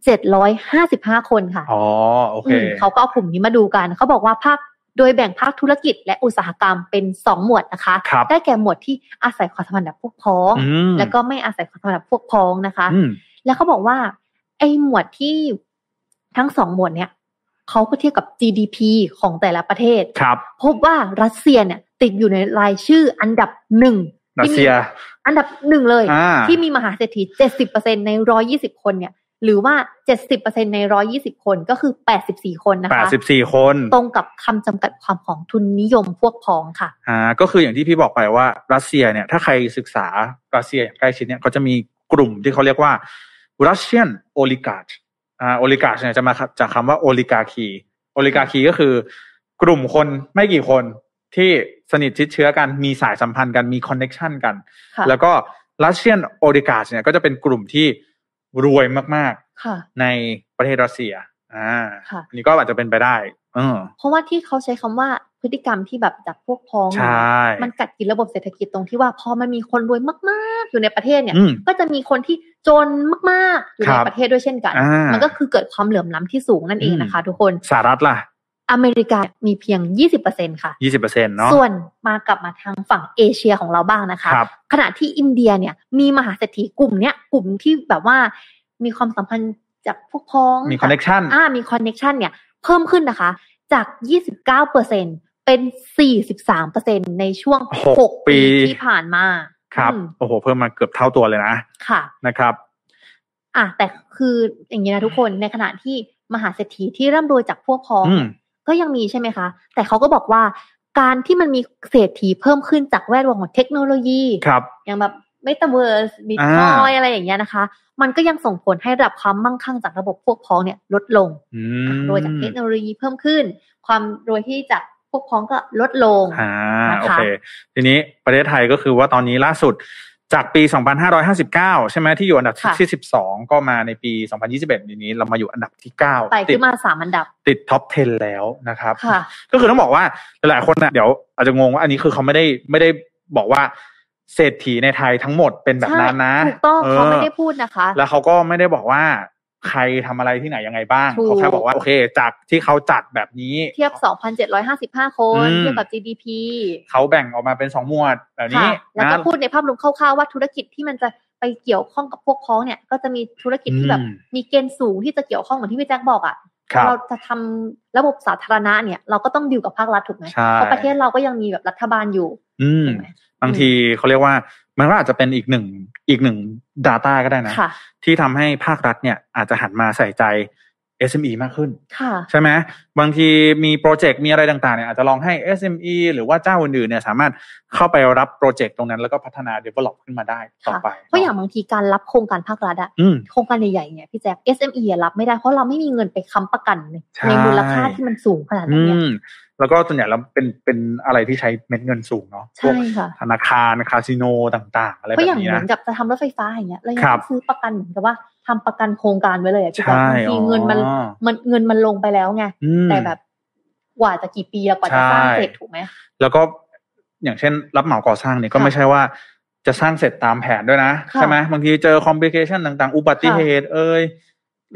2,755 คนค่ะ
อ๋อ โอเค
อืมเขาก็เอากลุ่มนี้มาดูกัน เขาบอกว่าภาคโดยแบ่งภาคธุรกิจและอุตสาหกรรมเป็น 2 หมวดนะคะ
ครับ
ได้แก่หมวดที่อาศัยความสัมพันธ์แบบพวกพ้อง
อืม
แล้วก็ไม่อาศัยความสัมพันธ์แบบพวกพ้องนะคะ
อืม
แล้วเขาบอกว่าไอ้หมวดที่ทั้งสองหมวดเนี่ยเขาก็เทียบกับ GDP ของแต่ละประเทศ
ครับ
พบว่ารัสเซียเนี่ยติดอยู่ในรายชื่ออันดับหนึ่ง
รัส
ที่มี
เซีย
อันดับหนึ่งเลย
อ่า
ที่มีมหาเศรษฐี 70%ใน 120 คนเนี่ย หรือว่า 70%ใน 120 คน ก็คือ 84 คนนะ
แปด
คะ
สิบสี่คน
ตรงกับคำจำกัดความของทุนนิยมพวกพ้องค่ะ
อ่าก็คืออย่างที่พี่บอกไปว่ารัสเซียเนี่ย ถ้าใครศึกษารัสเซียอย่างใกล้ชิดเนี่ยก็จะมีกลุ่มที่เขาเรียกว่า Russian oligarch อ่า oligarch เนี่ยจะมาจากคำว่า oligarchy oligarchy ก็คือกลุ่มคนไม่กี่คนที่สนิทชิดเชื้อกัน มีสายสัมพันธ์กันมีคอนเน็ชันกัน
ค่ะ
แล้วก็ Russian oligarch เนี่ยก็จะเป็นกลุ่มที่รวยมาก
ค่ะ
ๆในประเทศรัสเซียอ่า
ค่ะ
อันนี้ก็อาจจะเป็นไปได้เออ
เพราะว่าที่เขาใช้คำว่าพฤติกรรมที่แบบจากพวกพ้อง
ใช่
มันกัดกินระบบเศรษฐกิจตรงที่ว่าพอมันมีคนรวยมากๆ อยู่ในประเทศเนี่ย
อืม
ก็จะมีคนที่จนมากๆ อยู่
ครั
ใน
บ
ประเทศด้วยเช่นกัน
อ่ามั
มันก็คือเกิดความเหลื่อมล้ำที่สูงนั่นเอง
อืม
นะคะ ทุกคน
สหรัฐล่ะ
อเมริกามีเพียง 20%ค่ะ
ยี่สิบเปอร์เซ็นเนาะ
ส่วนมากลับมาทางฝั่งเอเชียของเราบ้างนะคะ
ครับ
ขณะที่อินเดียเนี่ยมีมหาเศรษฐีกลุ่มเนี้ยกลุ่มที่แบบว่ามีความสัมพันธ์จากพวกพ้อง
มีคอนเน็ชัน
อ่ามีคอนเน็ชันเนี่ยเพิ่มขึ้นนะคะ จาก 29เปอร์เซ็นเป็น 43เปอร์เซ็นในช่วง 6 ปีที่ผ่านมา
ครับ
อืม
โอ้โห เพิ่มมาเกือบเท่าตัวเลยนะ
ค่ะ
นะครับ
อ่ะแต่คืออย่างนี้นะทุกคนในขณะที่มหาเศรษฐีที่ร่ำรวยจากพวกพ้อง
อืม
ก็ยังมีใช่ไหมคะ แต่เขาก็บอกว่าการที่มันมีเศรษฐีเพิ่มขึ้นจากแวดวงของเทคโนโลยี
ครับ
อย่างแบบเมตาเวิร์สบิตคอย
อ่า
อะไรอย่างเงี้ยนะคะ มันก็ยังส่งผลให้ระดับความมั่งคั่งจากระบบพวกพ้องเนี่ยลดลง
อื
อ่ะ
ม
รวยจากเทคโนโลยีเพิ่มขึ้น ความรวยที่จากพวกพ้องก็ลดลง
อ่า
นะคะ
โอเค ทีนี้ประเทศไทยก็คือว่าตอนนี้ล่าสุดจากปี 2559 ใช่ไหมที่อยู่อันดับที่ 12 ก็มาในปี 2021ทีนี้เรามาอยู่อันดับที่ 9
ไป
ติด
ขึ้นมาสามอันดับ
ติดท็อป 10 แล้วนะครับ
ค่ะ
ก็คือต้องบอกว่าหลายๆคนนะเดี๋ยวอาจจะงงว่าอันนี้คือเขาไม่ได้ไม่ได้บอกว่าเศรษฐีในไทยทั้งหมดเป็นแบบนั้นนะ
ใช่ถูกต้องเขาไม่ได้
ออ
พูดนะคะ
แล้วเขาก็ไม่ได้บอกว่าใครทำอะไรที่ไหนยังไงบ้าง
ถูก
เขาแค่บอกว่าโอเค จากที่เขาจัดแบบนี้
เทียบ 2,755 คน
อืม
เทียบกับ GDP
เขาแบ่งออกมาเป็นสองหมวดแบบนี้
ค่ะ แล้วก็
นะ
พูดในภาพรวมคร่าวๆว่าธุรกิจที่มันจะไปเกี่ยวข้องกับพวกพ้องเนี่ย ก็จะมีธุรกิจที่แบบ
อืม
มีเกณฑ์สูงที่จะเกี่ยวข้องเหมือนที่พี่แจ็คบอกอ่ะ
ครับ
เราจะทำระบบสาธารณะเนี่ย เราก็ต้องดิวกับภาครัฐถูกไหม
ใช่
เพราะประเทศเราก็ยังมีแบบรัฐบาลอยู่
อืม
ถูกไหม
บางทีเขาเรียกว่ามันก็อาจจะเป็นอีกหนึ่งอีกหนึ่ง Data ก็ได้นะ
ค่ะ
ที่ทำให้ภาครัฐเนี่ยอาจจะหันมาใส่ใจ SME มากขึ้น
ค่ะ
ใช่ไหมบางทีมีโปรเจกต์มีอะไรต่างๆเนี่ยอาจจะลองให้ SME หรือว่าเจ้าอื่นๆเนี่ยสามารถเข้าไปรับโปรเจกต์ตรงนั้นแล้วก็พัฒนา develop ขึ้นมาได้ต่อไป
เพราะอย่างบางทีการรับโครงการภาครัฐอะ
อืม
โครงการใหญ่ๆเนี่ยพี่แจ๊ค SME อะรับไม่ได้เพราะเราไม่มีเงินไปค้ำประกันใน
ใช่
ในมูลค่าที่มันสูงขนาดนั้
อื
นเนี่ย
ม แล้วก็ส่วนใหญ่แล้วเป็นเป็นอะไรที่ใช้เม็ดเงินสูงเนาะพว
ใช่
ก
ค่ะ
ธนาคารคาสิโนต่างๆ อะไร
เพ
แบ
ราะอบ ย่าง
นี้
เหมื
นะ
อนกับจะทำรถไฟฟ้าอย่างเงี้ยเรายัง
ครั
ต้
บ
องซื้อประกันเหมือนกับว่าทำประกันโครงการไว้เลยอะพี่แจ๊ค
ใช่
บางทีเงินมัน
อ๋อ
มันเงินมันลงไปแล้วไง
อืม
แต่แบบกว่าจะกี่ปีอะกว่าจะสร้างเสร็จถูกไหม
แล้วก็อย่างเช่น รับเหมาก่อสร้างเนี่ยก็
ค่ะ
ไม่ใช่ว่าจะสร้างเสร็จตามแผนด้วยนะ
ค่ะ
ใช่ไหมบางทีเจอคอมพลิเคชันต่างๆ อุบัติเหตุ เอ่ย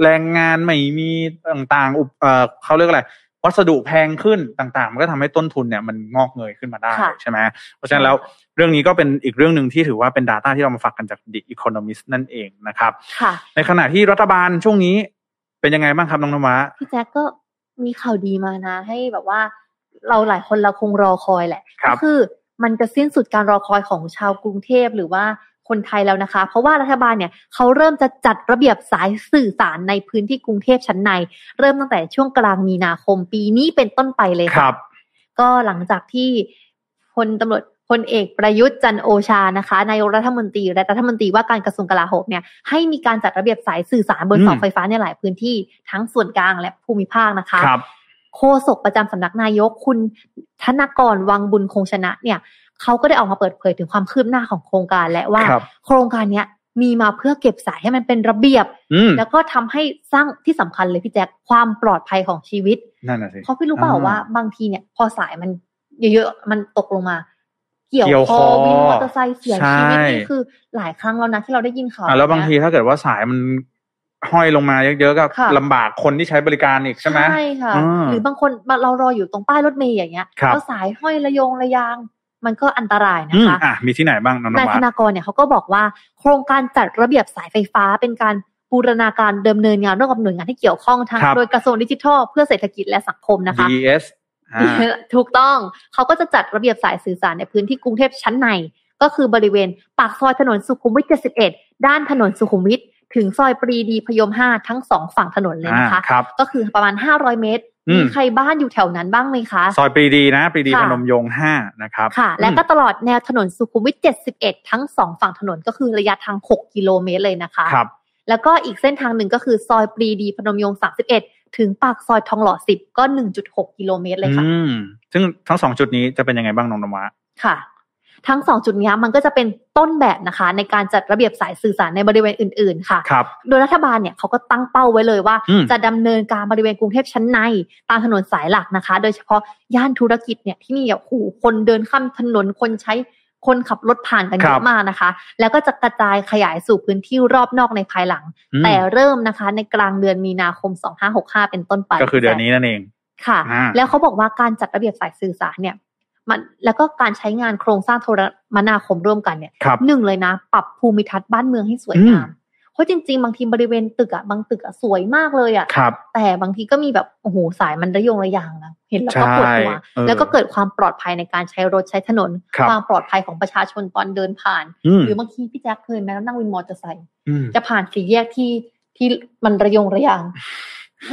แรงงานไม่มีต่างๆอุปเอ่อเขาเรียกอะไร วัสดุแพงขึ้นต่างๆ มันก็ทำให้ต้นทุนเนี่ยมันงอกเงยขึ้นมาได้
ค่ะ
ใช่ไหมเพราะฉะนั้นแล้วเรื่องนี้ก็เป็นอีกเรื่องหนึ่งที่ถือว่าเป็น Data ที่เรามาฝากกันจาก The Economist นั่นเองนะครับ
ค่ะ
ในขณะที่รัฐบาลช่วงนี้เป็นยังไงบ้างครับน้องนวะ
พี่แจ๊คก็มีข่าวดีมานะ ให้แบบว่า เราหลายคนเราคงรอคอยแหละ
ครับ
ก็คือมันจะสิ้นสุดการรอคอยของชาวกรุงเทพหรือว่าคนไทยแล้วนะคะ เพราะว่ารัฐบาลเนี่ยเขาเริ่มจะจัดระเบียบสายสื่อสารในพื้นที่กรุงเทพชั้นใน เริ่มตั้งแต่ช่วงกลางมีนาคมปีนี้เป็นต้นไปเลย
ค
ค่ะ
รับ
ก็หลังจากที่พลตำรวจพลเอกประยุทธ์จันทร์โอชานะคะนายกรัฐมนตรีและรัฐมนตรีว่าการกระทรวงกลาโหมเนี่ยให้มีการจัดระเบียบสายสื่อสารบน
อืม
เสาไฟฟ้าในหลายพื้นที่ทั้งส่วนกลางและภูมิภาคนะคะ
ครับ
โฆษกประจำสำนักนายกคุณธนกรวังบุญคงชนะเนี่ยเขาก็ได้ออกมาเปิดเผยถึงความคืบหน้าของโครงการและว่า
ครับ
โครงการเนี้ยมีมาเพื่อเก็บสายให้มันเป็นระเบียบ
อืม
แล้วก็ทำให้สร้างที่สำคัญเลยพี่แจ๊คความปลอดภัยของชีวิต
นั่นน่ะสิ
เพราะพี่รู้เปล่า
อ่า
ว่าบางทีเนี่ยพอสายมันเยอะๆมันตกลงมา เกี่ยว
เกี่ยว
ค
ค
อ
อ
วินมอเตอร์ไซค์เสียชีวิต
ใช่
นี่คือหลายครั้งแล้วนะที่เราได้ยินข่าว
อ่ะแล้วบาง
เนี้ย
ทีถ้าเกิดว่าสายมันห้อยลงมาเยอะๆก็
ค่ะ
ลำบากคนที่ใช้บริการอีกใช่ไหม
ใช่ค่ะ
อ่า
หรือบางคนเรารออยู่ตรงป้ายรถเมย์อย่างเงี้ย
ครับ
แล้วสายห้อยระยงระยาง มันก็อันตรายนะ
อืม
คะ
อ่ะมีที่ไหนบ้างน้องน
นาย
วั
ธ
ด
นากรเนี่ยเขาก็บอกว่าโครงการจัดระเบียบสายไฟฟ้าเป็นการบูรณาการดำเนินงานร่วมกับหน่วยงานที่เกี่ยวข้องทั้ง
ครับ
โดยกระทรวงดิจิทัลเพื่อเศรษฐกิจและสังคมนะคะ
DES อ่า
ถูกต้องเขาก็จะจัดระเบียบสายสื่อสารในพื้นที่กรุงเทพชั้นใน ก็คือบริเวณปากซอยถนนสุขุมวิท 71 ด้านถนนสุขุมวิท ถึงซอยปรีดีพยม 5 ทั้งสองฝั่งถนนเลยนะคะ
อ่าครับ
ก็คือประมาณ 500 เมตร
อืม
มีใครบ้านอยู่แถวนั้นบ้างไหมคะ
ซอยปรีดีนะปรีดี
ค่ะ
พนมยงค์ห้านะครับ
ค่ะ และก็
อืม
ตลอดแนวถนนสุขุมวิท 71 ทั้งสองฝั่งถนนก็คือระยะทาง 6 กิโลเมตรเลยนะคะ
ครับ
แล้วก็อีกเส้นทางหนึ่งก็คือซอยปรีดีพนมยงค์31 ถึงปากซอยทองหล่อ 10 ก็ 1.6 กิโลเมตรเลยค่ะ
อืม ซึ่งทั้งสองจุดนี้จะเป็นยังไงบ้างน้องนวัด
ค่ะ ทั้งสองจุดเนี้ยมันก็จะเป็นต้นแบบนะคะ ในการจัดระเบียบสายสื่อสารในบริเวณอื่น ๆ ค่ะ
ครับ
โดยรัฐบาลเนี่ยเขาก็ตั้งเป้าไว้เลยว่า
อืม
จะดำเนินการบริเวณกรุงเทพชั้นใน ตามถนนสายหลักนะคะ โดยเฉพาะย่านธุรกิจเนี่ยที่มีแบบหูคนเดินข้ามถนนคนใช้คนขับรถผ่านกันเยอะมากนะคะ แล้วก็จะกระจายขยายสู่พื้นที่รอบนอกในภายหลัง
อืม
แต่เริ่มนะคะ ในกลางเดือนมีนาคม 2565 เป็นต้นไป
ก็คือเดือนนี้นั่นเอง
ค่ะ
อ่า
แล้วเขาบอกว่าการจัดระเบียบสายสื่อสารเนี่ยมันแล้วก็การใช้งานโครงสร้างโทรมนาคมร่วมกันเนี่ย
ครับ
หนึ่งเลยนะ ปรับภูมิทัศน์บ้านเมืองให้สวยงามเพราะจริง ๆ บางทีบริเวณตึกอะบางตึกอะสวยมากเลยอะ
ครับ
แต่บางทีก็มีแบบโอ้โหสายมันระยงระยางนะเ ห็นแล้วก็ปวดหัว
ใช่เออ
แล้วก็เกิดความปลอดภัยในการใช้รถใช้ถนน
ครับ
ความปลอดภัยของประชาชนตอนเดินผ่าน
อืม
หรือบางทีพี่แจ๊คเคยไหมนั่งวินมอเตอร์ไซค์
อืม
จะผ่านสี่แยกที่ที่มันระยงระ ยาง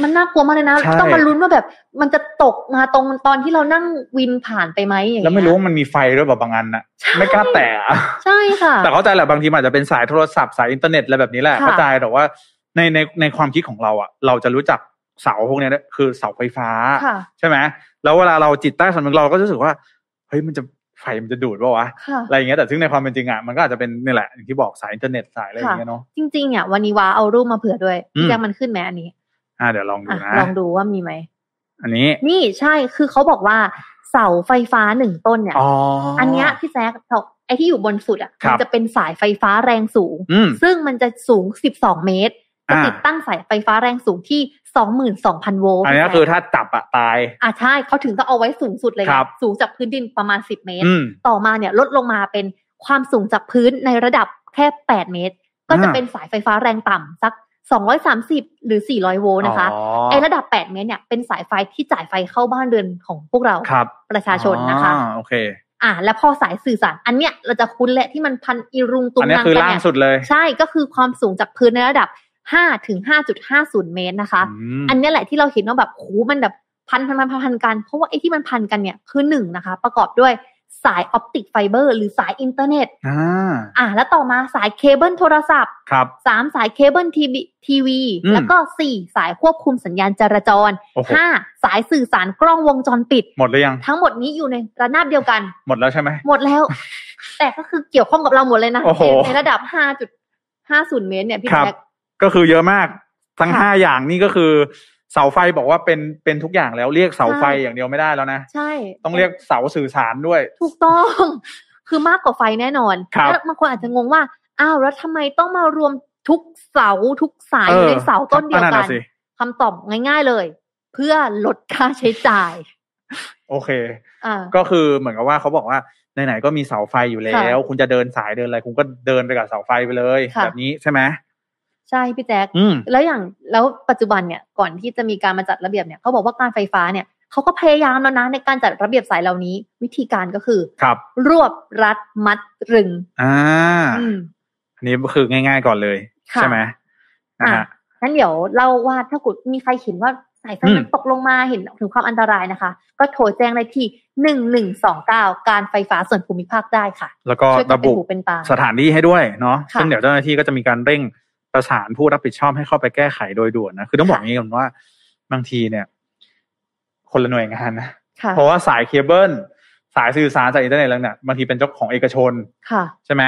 มันน่ากลัวมากเลยนะ
ใช่
ต้องมาลุ้นว่าแบบ มันจะตกมาตรงตอนที่เรานั่งวินผ่านไปไหมอย่างเงี้ย
แล้วไม่รู้ว่ามันมีไฟด้วยแบบบางอันน่ะ
ใช่
ไม่กล้าแตะอะ
ใช่ค่ะ
แต่เข้าใจแหละบางทีมันอาจจะเป็นสายโทรศัพท์สายอินเทอร์เน็ตอะไรแบบนี้แหละ
ค่ะ
เข้าใจแต่ว่าในในในความคิดของเราอ่ะ เราจะรู้จักเสาพวกเนี้ยคือเสาไฟฟ้า
ค่ะ
ใช่ไหมแล้วเวลาเราจิตใต้สำนึกเราก็รู้สึกว่าเฮ้ยมันจะไฟมันจะดูดเปล่าวะ
ค่ะ
อะไรอย่างเงี้ยแต่ซึ่งในความเป็นจริงอ่ะมันก็อาจจะเป็นนี่แหละอย่างที่บอกสายอินเทอร์เน็ตสายอะไรอย่างเงี้ยเนาะ
จริงๆอ่ะวันนี้ว้าเอารูปมาเผื่อด้วย
อืม
พี่แจ๊คมันขึ้นไหมอันนี้
อ่าเดี๋ยวลองดู
อ่ะ
นะ
ลองดูว่ามีไหม
อันนี้
นี่ใช่คือเขาบอกว่าเสาไฟฟ้าหนึ่งต้นเนี่ย
อ๋ออั
อันเนี้ยพี่แจ๊คบอกไอ้ที่อยู่บนสุดอ่ะ
ครั
มั
บ
จะเป็นสายไฟฟ้าแรงสูง
อืม
ซึ่งมันจะสูง 12 เมตร จะ
อ่า
ติดตั้งสายไฟฟ้าแรงสูงที่ 22,000 โวลต์
อันเนี้ยคือถ้าจับอะตาย
อ่ะใช่เขาถึงต้องเอาไว้สูงสุดเลยไง
ครับ
สูงจากพื้นดินประมาณ 10 เมตร
อืม
ต่อมาเนี่ยลดลงมาเป็นความสูงจากพื้นในระดับแค่ 8 เมตร ก็จะ
อ่า
เป็นสายไฟฟ้าแรงต่ำสัก 230 หรือ 400 โวลต์นะคะ
อ๋อ
ไอ้ระดับ 8 เมตรเนี่ยเป็นสายไฟที่จ่ายไฟเข้าบ้านเรือนของพวกเรา
ครับ
ประชาชนนะคะ
อ๋อโอเค
อ่ะแล้วพอสายสื่อสารอันเนี้ยเราจะคุ้นและที่มันพันอีรุงตุง
อันเนี้ย
นาง
คือ
กัน
ล่าง
เนี่ย
สุดเลย
ใช่ก็คือความสูงจากพื้นในระดับ 5 ถึง 5.50 เมตรนะคะ
ม
อันเนี้ยแหละที่เราเห็นว่าแบบโหมันแบบพันพันพันพันพันกัน เพราะว่าไอ้ที่มันพันกันเนี่ยคือหนึ่งนะคะ ประกอบด้วยสายออปติกไฟเบอร์หรือสายอินเทอร์เน็ต
อ่า
อ่ะแล้วต่อมาสายเคเบิลโทรศัพท์
ครับ
สามสายเคเบิลทีวีทีวี
อืม
แล้วก็สี่สายควบคุมสัญญาณจราจร
โอ้โห
ห้าสายสื่อสารกล้องวงจรปิด
หมดหรือยัง
ทั้งหมดนี้อยู่ในระนาบเดียวกัน
หมดแล้วใช่ไหม
หมดแล้ว แต่ก็คือเกี่ยวข้องกับเราหมดเลยนะ
โอ้โห
ในในระดับ 5.50 เมตรเนี่ยพี่
ครับ
แจ๊ค
ก็คือเยอะมากทั้ง
ค่ะ
ห้าอย่างนี่ก็คือ เสาไฟบอกว่าเป็นเป็นทุกอย่างแล้วเรียกเสาไฟ
ใช่
อย่างเดียวไม่ได้แล้วนะ
ใช่
ต้องเรียกเสาสื่อสารด้วย
ถูกต้อง คือมากกว่าไฟแน่นอน
ครับ
แล้วบางคนอาจจะงงว่า อ้าวแล้วทำไมต้องมารวมทุกเสาทุกสาย
เออ
อยู่ในเสาต้นเดียว
นั่น
กัน
น่ะสิ
คำตอบง่าย ๆเลย เพื่อลดค่าใช้จ่าย
โอเค
อ่า
ก็คือเหมือนกับว่าเขาบอกว่าไหนๆก็มีเสาไฟอยู่แล้ว คุณจะเดินสายเดินอะไรคุณก็เดินไปกับเสาไฟไปเลย
ค่ะ
แบบนี้ใช่ไหม
ใช่พี่แจ๊ค
อืม
แล้วอย่างแล้วปัจจุบันเนี่ยก่อนที่จะมีการมาจัดระเบียบเนี่ยเขาบอกว่าการไฟฟ้าเนี่ยเขาก็พยายามแล้วนะในการจัดระเบียบสายเหล่านี้ วิธีการก็คือ
ครับ
รวบรัดมัดตรึง
อ่า
อืม
อันนี้ก็คือง่าย ๆก่อนเลย
ค่ะ
ใช่ไหมนะฮะ
งั้นเดี๋ยวเล่าว่าถ้าเกุดมีใครเห็นว่าสายไฟ
อืม
มันตกลงมาเห็นถึงความอันตรายนะคะ ก็โทรแจ้งได้ที่หนึ่งหนึ่งสองเก้าการไฟฟ้าส่วนภูมิภาคได้ค่ะ
แล้วก็
ช่วยกัน
ระ
เป็น
บุ
หูเป็นตา
สถานที่ให้ด้วยเนาะ
ค่ะ
ซึ่งเดี๋ยวเจ้าหน้าที่ก็จะมีการเร่งประสานผู้รับผิดชอบให้เข้าไปแก้ไขโดยด่วนนะ คือต้องบอกอ
ค่ะ
ย่างนี้ก่อนว่า บางทีเนี่ย คนละหน่วยงานนะ
ค่ะ
เพราะว่าสายเคเบิลสายสื่อสารสายอินเทอร์เน็ตอะไรเนี่ยบางทีเป็นเจ้าของเอกชน
ค่ะ
ใช่ไหม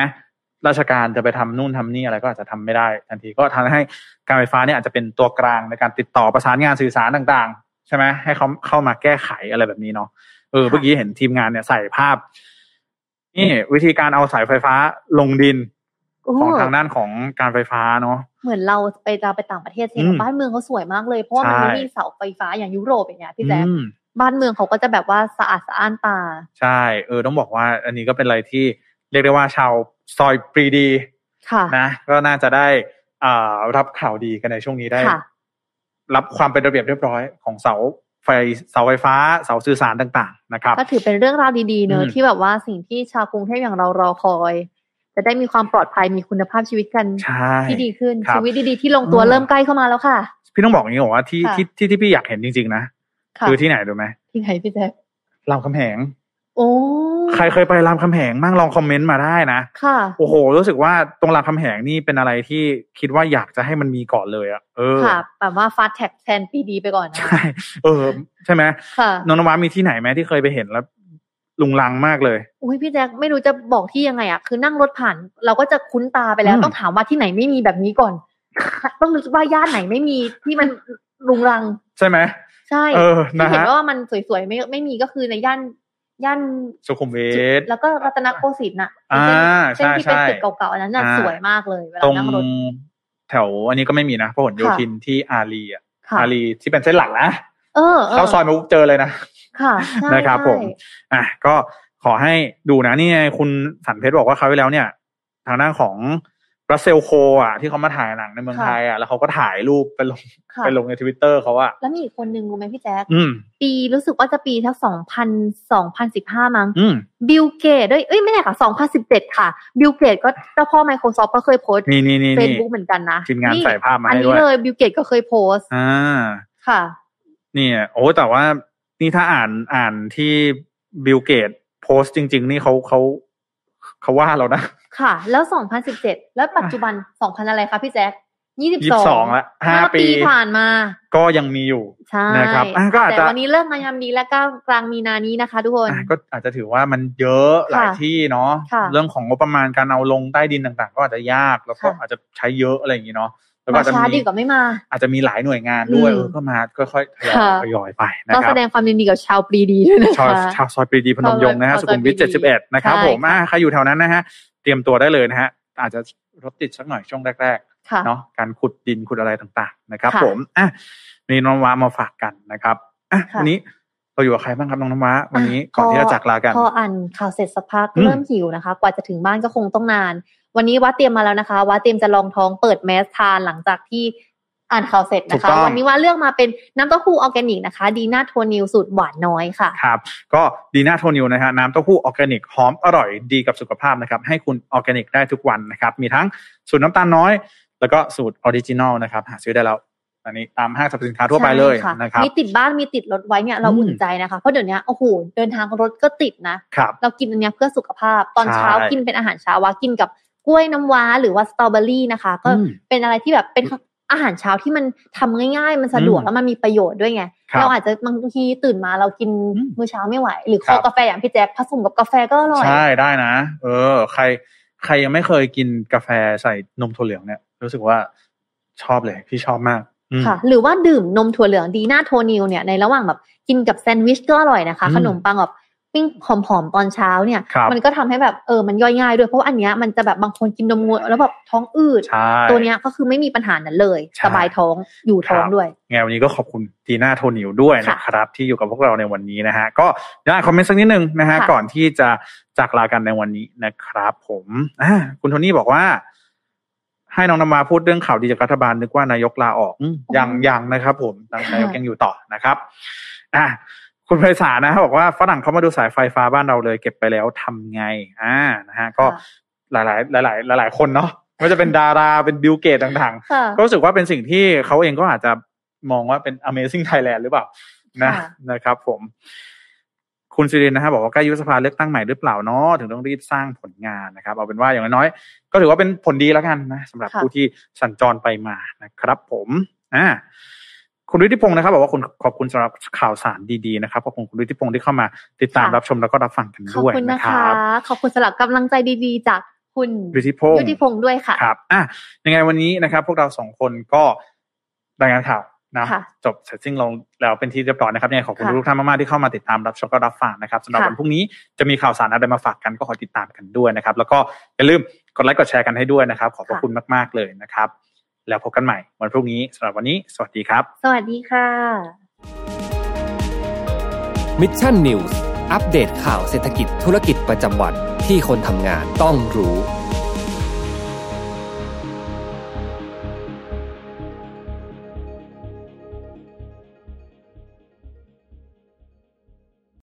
ราชการจะไปทำนู่นทำนี่อะไรก็อาจจะทำไม่ได้ ทันทีก็ทำให้การไฟฟ้าเนี่ยอาจจะเป็นตัวกลางในการติดต่อประสานงานสื่อสารต่างๆ ใช่ไหมให้เขาเข้ามาแก้ไขอะไรแบบนี้เนาะเออเมื่อกี้เห็นทีมงานเนี่ยใส่ภาพ นี่วิธีการเอาสายไฟฟ้าลงดิน
โอ้
ของทางด้านของการไฟฟ้าเนาะ
เหมือนเราไปเราไปต่างประเทศเห็น
อืม
บ้านเมืองเขาสวยมากเลย เพราะว่ามัน
ใช่
ไม่มีเสาไฟฟ้าอย่างยุโรปอย่างเงี้ยพี่แจ๊ค
อืม
บ้านเมืองเขาก็จะแบบว่าสะอาดสะอ้านตา
ใช่ เออ ต้องบอกว่า อันนี้ก็เป็นอะไรที่เรียกได้ว่าชาวซอยปรีดี
ค่ะ
นะก็น่าจะได้อ่ารับข่าวดีกันในช่วงนี้ได้
ค่ะ
รับความเป็นระเบียบเรียบร้อยของเสาไฟเสาไฟฟ้าเสาสื่อสารต่าง ๆ นะครับ
ก็ถือเป็นเรื่องราวดีๆเนอะ
อืม
ที่แบบว่าสิ่งที่ชาวกรุงเทพอย่างเรารอคอย จะได้มีความปลอดภัยมีคุณภาพชีวิตกัน
ใช่
ที่ดีขึ้น
ครับ
ชีวิตดีๆที่ลงตัว
อืม
เริ่มใกล้เข้ามาแล้วค่ะ
พี่ต้องบอกอย่างนี้บอกว่าที่
ค่ะ
ที่ที่ที่พี่อยากเห็นจริง ๆ นะ
ค่ะ
คือที่ไหนรู้ไหม
ที่ไหนพี่แจ๊ค
รามคำแหง
โอ้
ใครเคยไปรามคำแหงบ้างลองคอมเมนต์มาได้นะ
ค่ะ
โอ้โห รู้สึกว่าตรงรามคำแหงนี่เป็นอะไรที่คิดว่าอยากจะให้มันมีก่อนเลยอะเออ
ค่ะ แบบว่าฟาสแท็กแทนปีดีไปก่อนนะ
ใช่ เออ ใช่ไหม
ค่ะ
นนทวามีที่ไหนไหมที่เคยไปเห็นแล้ว ลุงลังมากเลย
อุ้ยพี่แจ๊คไม่รู้จะบอกที่ยังไงอ่ะคือนั่งรถผ่าน เราก็จะคุ้นตาไปแล้ว
อืม
ต้องถามว่าที่ไหนไม่มีแบบนี้ก่อน ต้องนึกว่าย่านไหนไม่มีที่มันรุงรัง
ใช่ไหม
ใช่
เออ
ที่
นะ
เห็น
ฮะ
ว่ามันสวยๆไม่ไม่มีก็คือในย่านย่าน
สุขุมวิท
แล้วก็รัตนโกสินทร์น่ะ
อ่า
เส้นที่
ใช่
เป็น
ใช่
ตึกเก่าๆอันนั้นน่ะ
อ่า
สวยมากเลยเวลา
ตรง
นั่งรถ
แถวอันนี้ก็ไม่มีนะพหลโย
ค่ะ
ธินที่อารีอ่ะ
ค่ะ
อารีที่เป็นเส้นหลักนะ
เออ
เข้าซอยมาปุ๊บเจอเลยนะ
ค่ะใช่
นะครับผม
ใช่
อ่ะก็ขอให้ดูนะนี่ไงคุณสันเพชรบอกว่าคราวที่แล้วเนี่ย ทางด้านของ รัสเซลโคอ่ะที่เขามาถ่ายหนังในเมืองไทยอ่ะแล้วเขาก็ถ่ายรูปไปลง
ค่ะ
ไปลงในทวิตเตอร์เขาอ่ะ
แล้วมีอีกคนนึงรู้ไหมพี่แจ๊ค
อืม
ปีรู้สึกว่าจะปีทั้งสองพันสองพันสิบห้ามั้ง
อืม
บิลเกตด้วยเอ้ยไม่ใช่ค่ะ 2017 ค่ะ บิลเกตก็เจ้าพ่อ Microsoft ก็เคยโพสต์
นี่นี่นี่
เฟซ
นี่
บุ๊กเหมือนกันนะ
ทีมงานใส่ภาพมา
อัน
ให้
นี้
ด้วย
เลยบิลเกตก็เคยโพสต์
อ่า
ค่ะ
เนี่ย โอ้แต่ว่านี่ถ้าอ่านอ่านที่บิลเกตโพสต์จริง ๆ นี่เขาเขาเขาว่าเรานะ
ค่ะ แล้ว 2017 แล้วปัจจุบัน 2000 อะไรคะพี่แจ๊ค
ยี่สิบสอง
22
ละห้าปี
ผ่านมา
ก็ยังมีอยู่
ใช่
นะครับอ่ะก็อาจจะ
แต่วันนี้เลิกงานยามดีแล้วก็กลางมีนานี้นะคะทุกคน
อ่ะก็อาจจะถือว่ามันเยอะหลายที่เนาะ
ค่ะ
เรื่องของงบประมาณการเอาลงใต้ดินต่าง ๆ ก็อาจจะยากแล้วก็
ค่ะ
อาจจะใช้เยอะอะไรอย่างนี้เนาะแล้วก็
มา
อาจจะ
ช้า
มี
ดีกว่าไม่มา
อาจจะมีหลายหน่วยงานด้วย
อืม
เออก็มาค่อยๆทยอ
ค่ะ
ยทยอยไปนะ
ก็
ค
แส
รับ
ดงความยินดีกับชาวปรีดีด้วยนะ
ชาว
คะ
ชาวซอยปรีดีพนมยงค์นะฮะ
ชาวซอย
สุขุมวิท
ปรีดี
71 นะครับ
ใช่
ผม
ค่ะ
อ่ะใครอยู่แถวนั้นนะฮะเตรียมตัวได้เลยนะฮะอาจจะรถติดสักหน่อยช่วงแรก
ค่ะ
ๆเนาะการขุดดินขุดอะไรต่าง ๆ นะครับ
ค่ะ
ผมอ่ะมีน้องว้ามาฝากกันนะครับอ่ะ
ค่ะ
วันนี้เราอยู่กับใครบ้างครับน้องน้ำว้าวันนี้ก่อนที่จะจากลากัน
พออ่านข่าวเสร็จสักพัก
อืม
เริ่มหิวนะคะ กว่าจะถึงบ้านก็คงต้องนาน วันนี้วัดเตรียมมาแล้วนะคะวัดเตรียมจะลองท้องเปิดแมสทานหลังจากที่อ่านข่าวเสร็จ
ถู
นะ
ก
คะ
ต้อง
วันนี้ว่าเลือกมาเป็นน้ำเต้าหู้ออร์แกนิกนะคะ ดีน่าโทนิวสูตรหวานน้อยค่ะ
ครับก็ดีน่าโทนิวนะฮะน้ำเต้าหู้ออร์แกนิกหอมอร่อยดีกับสุขภาพนะครับ ให้คุณออร์แกนิกได้ทุกวันนะครับ มีทั้งสูตรน้ำตาลน้อย แล้วก็สูตรออริจินอลนะครับ หาซื้อได้แล้ว อันนี้ตามห้างสรรพสินค้าทั่วไปเลย
ใช่ค่ะ
นะครับ
มีติดบ้านมีติดรถไว้เนี่ยเรา
อืม
อุ่นใจนะคะ เพราะเดี๋ยวนี้โอ้โหเดินทางรถก็ติดนะ
ครับ
เรากินอันเนี้ยเพื่อสุขภาพตอน
ใช่
เช้ากินเป็นอาหารเช้าวะกินกับกล้วยน้ำว้าหรือว่าสตรอเบอรี่นะคะ ก็
อืม
เป็นอะไรที่แบบเป็นอาหารเช้าที่มันทำง่ายๆ มันสะดวก
อืม
แล้วมันมีประโยชน์ด้วยไง
ครับ
เราอาจจะบางทีตื่นมาเรากิน
อืม
มื้อเช้าไม่ไหว หรือค
ครั
อบ กาแฟอย่างพี่แจ๊คผสมกับกาแฟก็อร่อย
ใช่ได้นะ เออ ใครใครยังไม่เคยกินกาแฟใส่นมถั่วเหลืองเนี่ย รู้สึกว่าชอบเลยพี่ชอบมากอืม
ค่ะ หรือว่าดื่มนมถั่วเหลืองดีน่าโทนิวเนี่ยในระหว่างแบบกินกับแซนด์วิชก็อร่อยนะคะ
อืม
ขนมปังแบบปิ้งหอมๆตอนเช้าเนี่ย
ครับ
มันก็ทำให้แบบเออมันย่อยง่ายด้วยเพราะว่าอันเนี้ยมันจะแบบบางคนกินนมงวแล้วแบบท้องอืด
ใช่
ตัวเนี้ยก็คือไม่มีปัญหานั้นเลย
ใช่
สบายท้องอยู่ท้อง
ครับ
ด้วย
ไงวันนี้ก็ขอบคุณจีน่าโทนิวด้วย
ค่ะ
นะครับ ที่อยู่กับพวกเราในวันนี้นะฮะ ก็ได้คอมเมนต์สักนิดนึงนะฮะ
ค่ะ
ก่อนที่จะจากลากันในวันนี้นะครับ ผมอ่าคุณโทนี่บอกว่า ให้น้องนำมาพูดเรื่องข่าวดีจากรัฐบาลนึกว่านายกลาออกอืมยังยังนะครับ ผมนายกยังอยู่ต่อนะครับอ่าคุณไพศาลนะฮะบอกว่าฝรั่งเขามาดูสายไฟฟ้าบ้านเราเลย เก็บไปแล้วทำไง อ่านะฮะ ก็หลาย ๆ หลาย ๆ หลาย ๆ คนเนาะไม่ว่าจะเป็นดาราเป็นบิลเกตต่าง ๆ
ค่ะ
ก็รู้สึกว่าเป็นสิ่งที่เขาเองก็อาจจะมองว่าเป็น Amazing Thailand หรือเปล่านะ
ค่ะ
นะครับผม คุณสิรินนะฮะบอกว่าใกล้ยุบสภาเลือกตั้งใหม่หรือเปล่าเนาะถึงต้องรีบสร้างผลงานนะครับ เอาเป็นว่าอย่างน้อยๆก็ถือว่าเป็นผลดีแล้วกันนะสำหรับ
ค่ะ
ผู้ที่สัญจรไปมานะครับ ผมอ่าคุณฤทธิพงศ์นะครับ บอกว่าคุณขอบคุณสำหรับข่าวสารดีๆนะครับขอบคุณคุณฤทธิพงศ์ที่เข้ามาติดตามรับชมแล้วก็รับฟังกัน
ขอบ
ด้วย
คุณ
นะ
นะ
ค
คะ
รับ
ขอบคุณสำหรับกำลังใจดีๆ จากคุณ
ฤทธิพงศ์
ยุทธิพงศ์ด้วยค่ะ
ครับ อ่ะ ยังไงวันนี้นะครับ พวกเราสองคนก็รายงานข่าวนะ
ค่ะ
จบเสร็จสิ้นลงแล้วเป็นที่เรียบร้อยนะครับยังไงขอบคุณ
ค่ะ
ทุกท่านมากๆที่เข้ามาติดตามรับชมก็รับฟังนะครับสำหรับ
ค่ะ
วันพรุ่งนี้จะมีข่าวสารอะไรมาฝากกันก็ขอติดตามกันด้วยนะครับ แล้วก็อย่าลืมกดไลค์กดแชร์กันให้ด้วยนะครับ ขอบพระ
ค่ะ
คุณมากๆเลยนะครับ แล้วพบกันใหม่วันพรุ่งนี้สำหรับวันนี้ สวัสดีครับ
สวัสดีค่ะ
มิชชั่นนิวส์อัปเดตข่าวเศรษฐกิจธุรกิจประจำวันที่คนทำงานต้องรู้